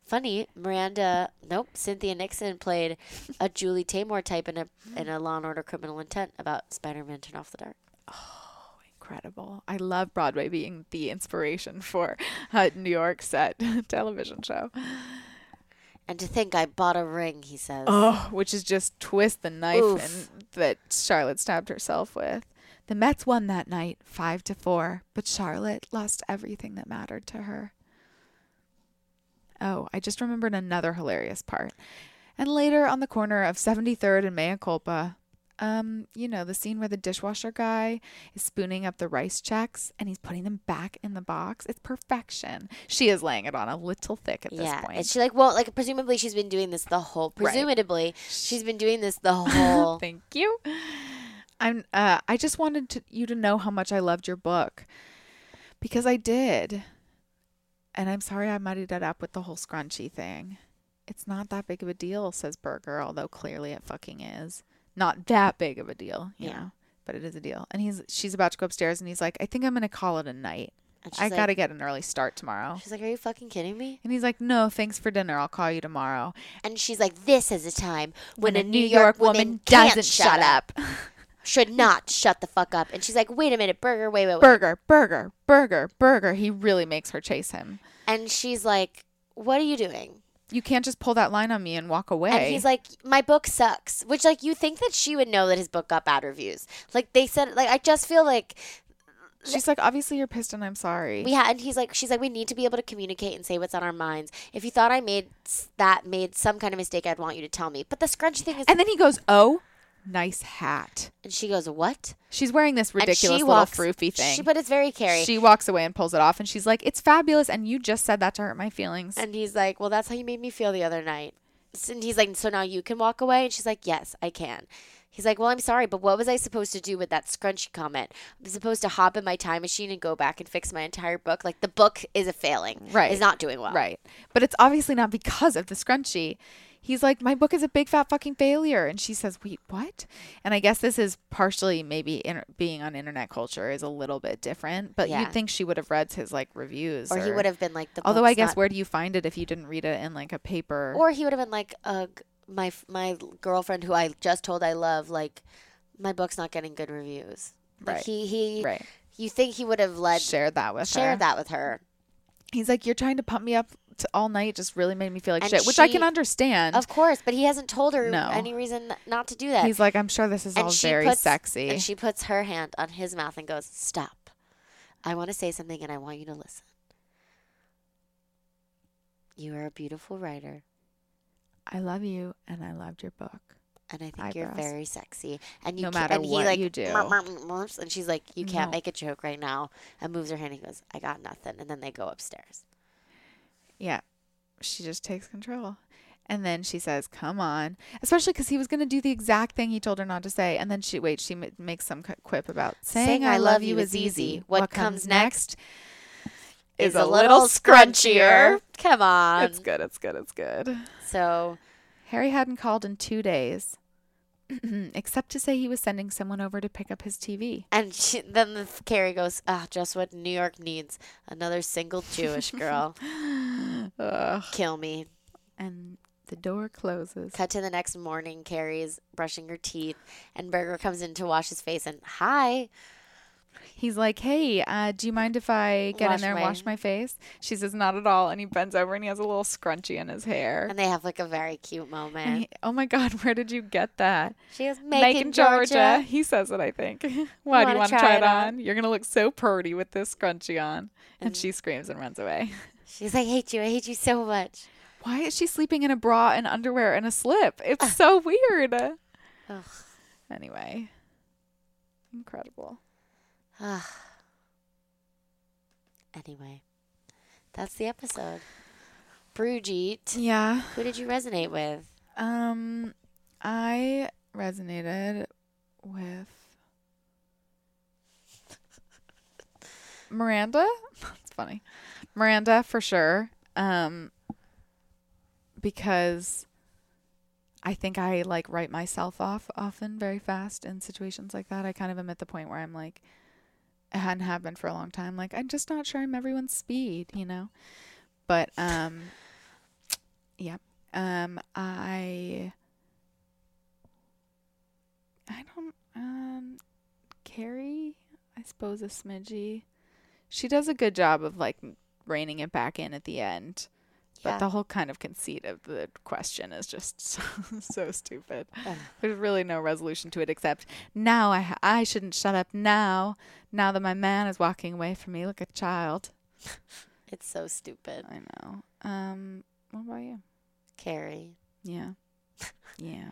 Speaker 1: Funny, Miranda, nope, Cynthia Nixon played a Julie Taymor type in a, in a Law and Order Criminal Intent about Spider Man Turn Off the Dark.
Speaker 3: incredible. I love Broadway being the inspiration for a New York set [LAUGHS] television show.
Speaker 1: And to think I bought a ring, he says.
Speaker 3: Oh, which is just twist the knife
Speaker 1: Oof.
Speaker 3: and that Charlotte stabbed herself with. The Mets won that night, five to four, but Charlotte lost everything that mattered to her. Oh, I just remembered another hilarious part. And later on the corner of 73rd and Mea Culpa, um, you know, the scene where the dishwasher guy is spooning up the rice checks and he's putting them back in the box. It's perfection. She is laying it on a little thick at
Speaker 1: yeah,
Speaker 3: this point.
Speaker 1: and she like well, like presumably she's been doing this the whole.
Speaker 3: Right.
Speaker 1: Presumably she's been doing this
Speaker 3: [LAUGHS]
Speaker 1: the whole.
Speaker 3: Thank you. I'm. Uh, I just wanted to, you to know how much I loved your book, because I did, and I'm sorry I muddied it up with the whole scrunchie thing. It's not that big of a deal, says Berger, although clearly it fucking is. Not that big of a deal, you
Speaker 1: Yeah.
Speaker 3: know, but it is a deal. And he's she's about to go upstairs, and he's like, I think I'm gonna call it a night.
Speaker 1: And she's
Speaker 3: I
Speaker 1: like-
Speaker 3: gotta get an early start tomorrow.
Speaker 1: She's like, "Are you fucking kidding me?"
Speaker 3: And he's like, No, thanks for dinner. I'll call you tomorrow.
Speaker 1: And she's like, "This is a time when, a New York, woman, doesn't shut up, should not shut the fuck up." And she's like, "Wait a minute, Burger, wait, wait, wait."
Speaker 3: burger, burger, burger, burger. He really makes her chase him.
Speaker 1: And she's like, "What are you doing?"
Speaker 3: You can't just pull that line on me and walk away.
Speaker 1: And he's like, "My book sucks," which like you think that she would know that his book got bad reviews. Like they said, like I just feel like
Speaker 3: she's like, obviously you're pissed and I'm sorry.
Speaker 1: We had, and he's like, she's like, we need to be able to communicate and say what's on our minds. If you thought I made s- that made some kind of mistake, I'd want you to tell me. But the scrunchy thing is,
Speaker 3: and then he goes, oh, nice hat.
Speaker 1: and she goes, what?
Speaker 3: She's wearing this
Speaker 1: And
Speaker 3: ridiculous
Speaker 1: she
Speaker 3: little
Speaker 1: walks-
Speaker 3: froofy thing.
Speaker 1: She, but it's very Carrie.
Speaker 3: She walks away and pulls it off and she's like, it's fabulous and you just said that to hurt my feelings.
Speaker 1: and he's like, well, that's how you made me feel the other night. S- And he's like, so now you can walk away. And she's like, yes, I can. He's like, well, I'm sorry, but what was I supposed to do with that scrunchy comment? I'm supposed to hop in my time machine and go back and fix my entire book. Like the book is a failing.
Speaker 3: Right.
Speaker 1: It's not doing well.
Speaker 3: Right. But it's obviously not because of the scrunchie. He's like, My book is a big fat fucking failure. And she says, Wait, what? And I guess this is partially maybe inter- being on internet culture is a little bit different, but
Speaker 1: Yeah.
Speaker 3: you'd think she would have read his like reviews.
Speaker 1: Or he would have been like the.
Speaker 3: Although I
Speaker 1: book's
Speaker 3: guess
Speaker 1: not
Speaker 3: where do you find it if you didn't read it in like a paper?
Speaker 1: Or he would have been like, "Ugh, my f- my girlfriend who I just told I love, like, my book's not getting good reviews." Like
Speaker 3: Right.
Speaker 1: he he.
Speaker 3: right.
Speaker 1: You think he would have led
Speaker 3: Share that with
Speaker 1: shared
Speaker 3: her.
Speaker 1: that with her?
Speaker 3: He's like, You're trying to pump me up to all night just really made me feel like
Speaker 1: And
Speaker 3: shit, which I can
Speaker 1: she-
Speaker 3: understand.
Speaker 1: Of course, but he hasn't told her
Speaker 3: No.
Speaker 1: any reason not to do that.
Speaker 3: He's like, I'm sure this is all very sexy.
Speaker 1: And she puts her hand on his mouth and goes, "Stop! I want to say something, and I want you to listen. You are a beautiful writer."
Speaker 3: I love you and I loved your book.
Speaker 1: And I think you're
Speaker 3: Eyebrows.
Speaker 1: very sexy. And you
Speaker 3: No
Speaker 1: ca-
Speaker 3: matter
Speaker 1: and he,
Speaker 3: what
Speaker 1: like,
Speaker 3: you do.
Speaker 1: And she's like, you can't
Speaker 3: No.
Speaker 1: make a joke right now. And moves her hand and goes, I got nothing. And then they go upstairs.
Speaker 3: Yeah. She just takes control. And then she says, "Come on," especially because he was going to do the exact thing he told her not to say. And then she wait, she m- makes some qu- quip about saying, "I love you" is easy. What comes next?
Speaker 1: is a little scrunchier. Come on.
Speaker 3: It's good. It's good. It's good.
Speaker 1: So
Speaker 3: Um, Harry hadn't called in two days, [CLEARS THROAT] except to say he was sending someone over to pick up his TV.
Speaker 1: And she, then the f- Carrie goes, ah, just what New York needs. Another single
Speaker 3: [LAUGHS]
Speaker 1: Jewish girl.
Speaker 3: [SIGHS] Ugh.
Speaker 1: Kill me.
Speaker 3: And the door closes.
Speaker 1: Cut to the next morning. Carrie's brushing her teeth, and Berger comes in to wash his face. And hi,
Speaker 3: He's like, "Hey, uh, do you mind if I get
Speaker 1: Wash
Speaker 3: in there and
Speaker 1: my-
Speaker 3: wash my face?" She says, "Not at all." And he bends over and he has a little scrunchie in his hair.
Speaker 1: and they have like a very cute
Speaker 3: And
Speaker 1: moment.
Speaker 3: he- oh my God, [LAUGHS] where did you get that?
Speaker 1: she goes,
Speaker 3: Make
Speaker 1: "Make in Georgia.
Speaker 3: He says it, I think. [LAUGHS] Why do
Speaker 1: wanna
Speaker 3: you want to
Speaker 1: try
Speaker 3: try
Speaker 1: it
Speaker 3: it
Speaker 1: on?
Speaker 3: on? You're gonna look so purty with this scrunchie on. And, she screams and
Speaker 1: [LAUGHS]
Speaker 3: runs away.
Speaker 1: She's like, I hate you. I hate you so much.
Speaker 3: Why is she sleeping in a bra and underwear and a slip? It's so weird.
Speaker 1: Ugh.
Speaker 3: Anyway, incredible.
Speaker 1: Ugh. Anyway, that's the episode. Brujit,
Speaker 3: Yeah.
Speaker 1: who did you resonate with?
Speaker 3: Um, I resonated with Miranda. [LAUGHS] That's funny, Miranda for sure. Um, because I think I like write myself off often very fast in situations like that. I kind of am at the point where I'm like, I hadn't have been for a long time. Like I'm just not sure I'm everyone's speed, you know. But um, yeah. Um, I I don't um Carrie, I suppose a smidgy. She does a good job of like reining it back in at the end.
Speaker 1: Yeah.
Speaker 3: But the whole kind of conceit of the question is just [LAUGHS] so, so stupid. There's really no resolution to it except now I ha- I shouldn't shut up now. Now that my man is walking away from me like a child.
Speaker 1: It's so stupid.
Speaker 3: I know. Um, what about you?
Speaker 1: Carrie.
Speaker 3: Yeah. Yeah.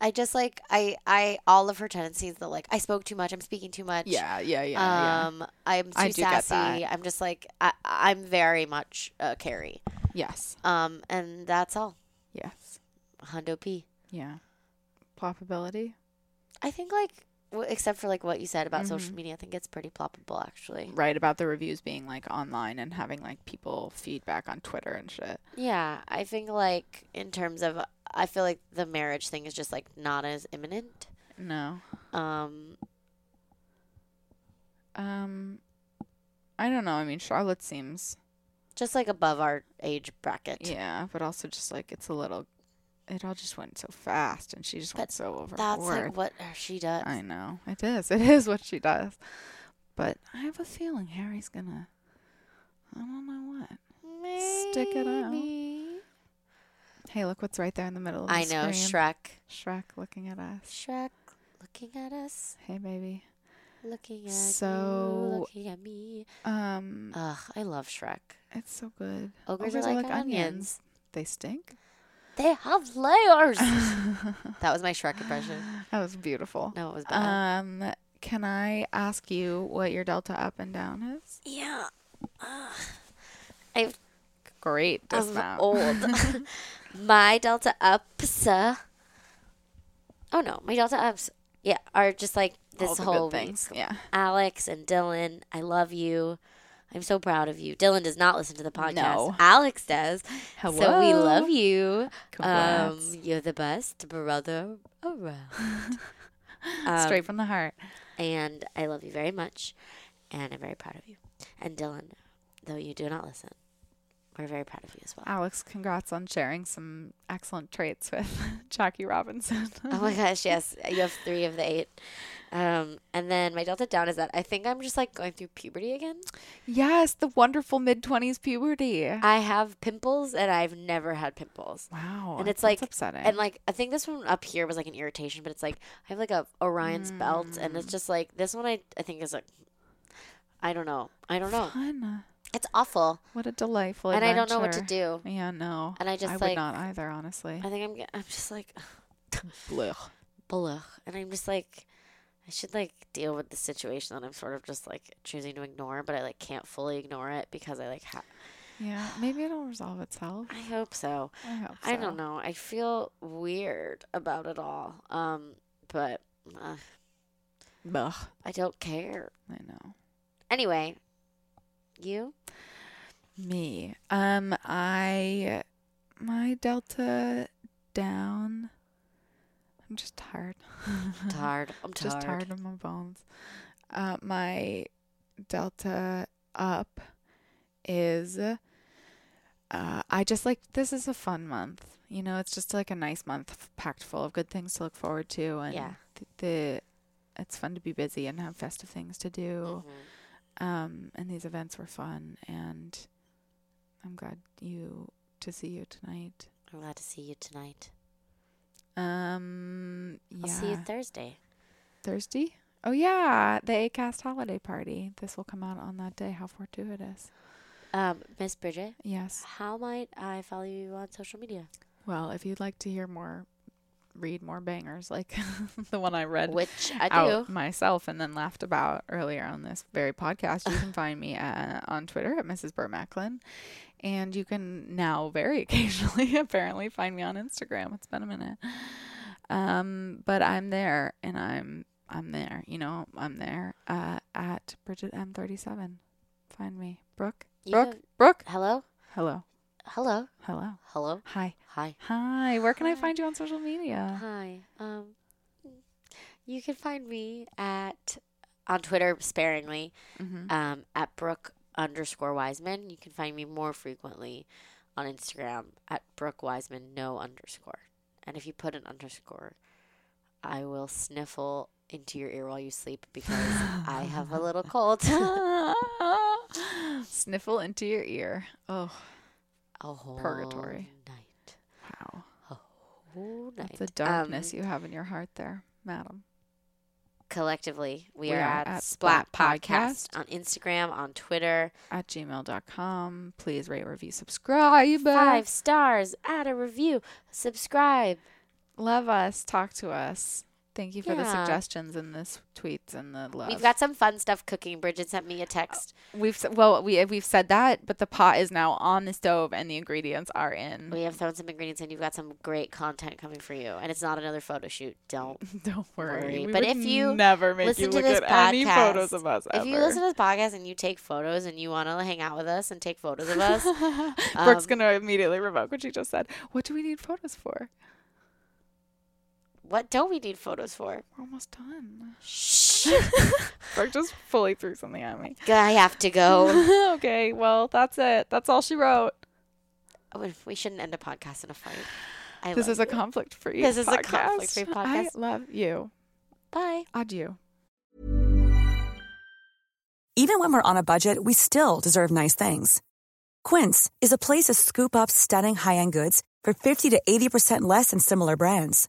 Speaker 1: I just like I I all of her tendencies that like I spoke too much, I'm speaking too much.
Speaker 3: Yeah, yeah, yeah, yeah.
Speaker 1: um, I'm too
Speaker 3: I do get
Speaker 1: sassy.
Speaker 3: that.
Speaker 1: I'm just like I, I'm very much uh, Carrie.
Speaker 3: Yes,
Speaker 1: Um, and that's all.
Speaker 3: yes,
Speaker 1: Hundo P.
Speaker 3: yeah. Plopability,
Speaker 1: I think like w- except for like what you said about social media, I think it's pretty ploppable actually.
Speaker 3: right? About the reviews being like online and having like people feedback on Twitter and shit.
Speaker 1: Yeah, I think like in terms of I feel like the marriage thing is just like not as imminent.
Speaker 3: No,
Speaker 1: Um,
Speaker 3: um, I don't know. I mean, Charlotte seems
Speaker 1: just like above our age bracket.
Speaker 3: yeah, but also just like it's a little. It all just went so fast, and she just went
Speaker 1: But
Speaker 3: so overboard.
Speaker 1: That's like what she does.
Speaker 3: I know it is. It is what she does. But I have a feeling Harry's gonna. I don't know what. Stick it out.
Speaker 1: Maybe.
Speaker 3: Hey, look what's right there in the middle of the
Speaker 1: I know
Speaker 3: screen.
Speaker 1: Shrek.
Speaker 3: Shrek looking at us.
Speaker 1: Shrek looking at us,
Speaker 3: Hey, baby.
Speaker 1: looking at you,
Speaker 3: So-
Speaker 1: looking at me.
Speaker 3: Um,
Speaker 1: Ugh, I love Shrek.
Speaker 3: it's so good.
Speaker 1: Ogres are like onions.
Speaker 3: They stink.
Speaker 1: They have
Speaker 3: [LAUGHS]
Speaker 1: layers. that was my Shrek impression.
Speaker 3: That was beautiful.
Speaker 1: No, it was bad.
Speaker 3: Um, can I ask you what your delta up and down is?
Speaker 1: yeah. Ugh. I
Speaker 3: Great
Speaker 1: I'm
Speaker 3: dismount. [LAUGHS]
Speaker 1: old. [LAUGHS] my delta ups. Uh, oh no, my delta ups. Yeah, are just like
Speaker 3: All
Speaker 1: this
Speaker 3: the good
Speaker 1: whole week. Um,
Speaker 3: things. Yeah.
Speaker 1: Alex and Dylan, I love you. I'm so proud of you. Dylan does not listen to the podcast.
Speaker 3: No.
Speaker 1: Alex does. So we
Speaker 3: Hello.
Speaker 1: love you. Um,
Speaker 3: Congrats.
Speaker 1: you're the best brother
Speaker 3: [LAUGHS]
Speaker 1: around. Um,
Speaker 3: Straight from the heart.
Speaker 1: and I love you very much. And I'm very proud of you. And Dylan, though you do not listen, we're very proud of you as well.
Speaker 3: Alex, congrats on sharing some excellent traits with [LAUGHS] Jackie Robinson.
Speaker 1: [LAUGHS] Oh my gosh, yes. You have three of the eight. Um, and then my delta down is that I think I'm just like going through puberty again.
Speaker 3: yes, the wonderful mid twenties puberty.
Speaker 1: I have pimples and I've never had pimples.
Speaker 3: wow.
Speaker 1: And it's like
Speaker 3: that's upsetting.
Speaker 1: And like I think this one up here was like an irritation, but it's like I have like a Orion's belt and
Speaker 3: Mm.
Speaker 1: it's just like this one I, I think is like I don't know. I don't know.
Speaker 3: Fun.
Speaker 1: It's awful.
Speaker 3: What a delightful
Speaker 1: And I don't know what to
Speaker 3: adventure.
Speaker 1: do.
Speaker 3: Yeah, no.
Speaker 1: And I just,
Speaker 3: I
Speaker 1: like-
Speaker 3: would not either, honestly.
Speaker 1: I think I'm ge- I'm just like [SIGHS]
Speaker 3: Blech.
Speaker 1: blah and I'm just like I should like deal with the situation that I'm sort of just like choosing to ignore, but I like can't fully ignore it because I like ha-
Speaker 3: Yeah, maybe it'll resolve itself.
Speaker 1: I hope so.
Speaker 3: I hope
Speaker 1: I don't
Speaker 3: so.
Speaker 1: know. I feel weird about it all. Um, but uh,
Speaker 3: Blech.
Speaker 1: I don't care.
Speaker 3: I know.
Speaker 1: Anyway, You?
Speaker 3: Me. Um, I my delta down. I'm just tired. [LAUGHS]
Speaker 1: Tired. I'm tired.
Speaker 3: just tired of my bones. Uh, my delta up is. Uh, I just like this is a fun month. You know, it's just like a nice month f- packed full of good things to look forward to, and
Speaker 1: Yeah.
Speaker 3: th- the it's fun to be busy and have festive things to do.
Speaker 1: Mm-hmm.
Speaker 3: Um, and these events were fun, and I'm glad you to see you tonight.
Speaker 1: I'm glad to see you tonight.
Speaker 3: Um, yeah.
Speaker 1: I'll see you Thursday.
Speaker 3: Thursday? Oh yeah, the ACAST holiday party. This will come out on that day. How fortuitous.
Speaker 1: Um, Miss Bridget,
Speaker 3: Yes.
Speaker 1: how might I follow you on social media?
Speaker 3: Well, if you'd like to hear more read more bangers like [LAUGHS] the one I read
Speaker 1: Which I
Speaker 3: out
Speaker 1: do.
Speaker 3: myself and then laughed about earlier on this very podcast, you
Speaker 1: [LAUGHS]
Speaker 3: can find me uh, on Twitter at Mrs. Burmacklin. And you can now very [LAUGHS] occasionally apparently find me on Instagram. It's been a minute. Um, but I'm there and I'm I'm there, you know, I'm there. Uh at Bridget M thirty seven. Find me. Brooke.
Speaker 1: You
Speaker 3: Brooke.
Speaker 1: have-
Speaker 3: Brooke.
Speaker 1: Hello?
Speaker 3: Hello.
Speaker 1: Hello?
Speaker 3: Hello.
Speaker 1: Hello?
Speaker 3: Hi.
Speaker 1: Hi.
Speaker 3: Hi. Where can I
Speaker 1: Hi.
Speaker 3: find you on social media?
Speaker 1: Hi. Um, you can find me at on Twitter sparingly
Speaker 3: Mm-hmm.
Speaker 1: um, at Brooke underscore Wiseman. You can find me more frequently on Instagram at Brooke Wiseman no underscore. And if you put an underscore, I will sniffle into your ear while you sleep because I have a little
Speaker 3: [LAUGHS]
Speaker 1: cold.
Speaker 3: Sniffle into your ear. Oh,
Speaker 1: a whole
Speaker 3: Purgatory.
Speaker 1: night.
Speaker 3: wow.
Speaker 1: Whole night. Um,
Speaker 3: That's a darkness you have in your heart there, madam.
Speaker 1: collectively, we, are, at, Splat Podcast on Instagram, on Twitter.
Speaker 3: At gmail.com. Please rate, review, subscribe.
Speaker 1: five stars, add a review, subscribe.
Speaker 3: Love us. Talk to us. Thank you for the
Speaker 1: Yeah.
Speaker 3: suggestions and the s- tweets and the love.
Speaker 1: We've got some fun stuff cooking. Bridget sent me a text.
Speaker 3: We've s- well, we we've said that, but the pot is now on the stove and the ingredients are in.
Speaker 1: We have thrown some ingredients in. You've got some great content coming for you, and it's not another photo shoot. [LAUGHS] Don't
Speaker 3: [LAUGHS] Don't worry.
Speaker 1: worry.
Speaker 3: We
Speaker 1: But
Speaker 3: would
Speaker 1: if you
Speaker 3: never make
Speaker 1: listen
Speaker 3: you
Speaker 1: to
Speaker 3: look
Speaker 1: this
Speaker 3: at
Speaker 1: podcast,
Speaker 3: any photos of us ever.
Speaker 1: if you listen to this podcast and you take photos and you want to hang out with us and take photos of us, [LAUGHS]
Speaker 3: Brooke's
Speaker 1: um,
Speaker 3: gonna immediately revoke what she just said. What do we need photos for?
Speaker 1: what don't we need photos for?
Speaker 3: We're almost done.
Speaker 1: Shh, [LAUGHS]
Speaker 3: Brooke just fully threw something at me.
Speaker 1: I have to go. [LAUGHS]
Speaker 3: [LAUGHS] okay, well that's it. That's all she wrote.
Speaker 1: Oh, We shouldn't end a podcast in a fight. I
Speaker 3: this
Speaker 1: love
Speaker 3: is a
Speaker 1: you.
Speaker 3: conflict free.
Speaker 1: This is a conflict-free
Speaker 3: I
Speaker 1: podcast.
Speaker 3: love you.
Speaker 1: bye.
Speaker 3: Adieu.
Speaker 4: Even when we're on a budget, we still deserve nice things. Quince is a place to scoop up stunning high-end goods for 50 to 80% less than similar brands.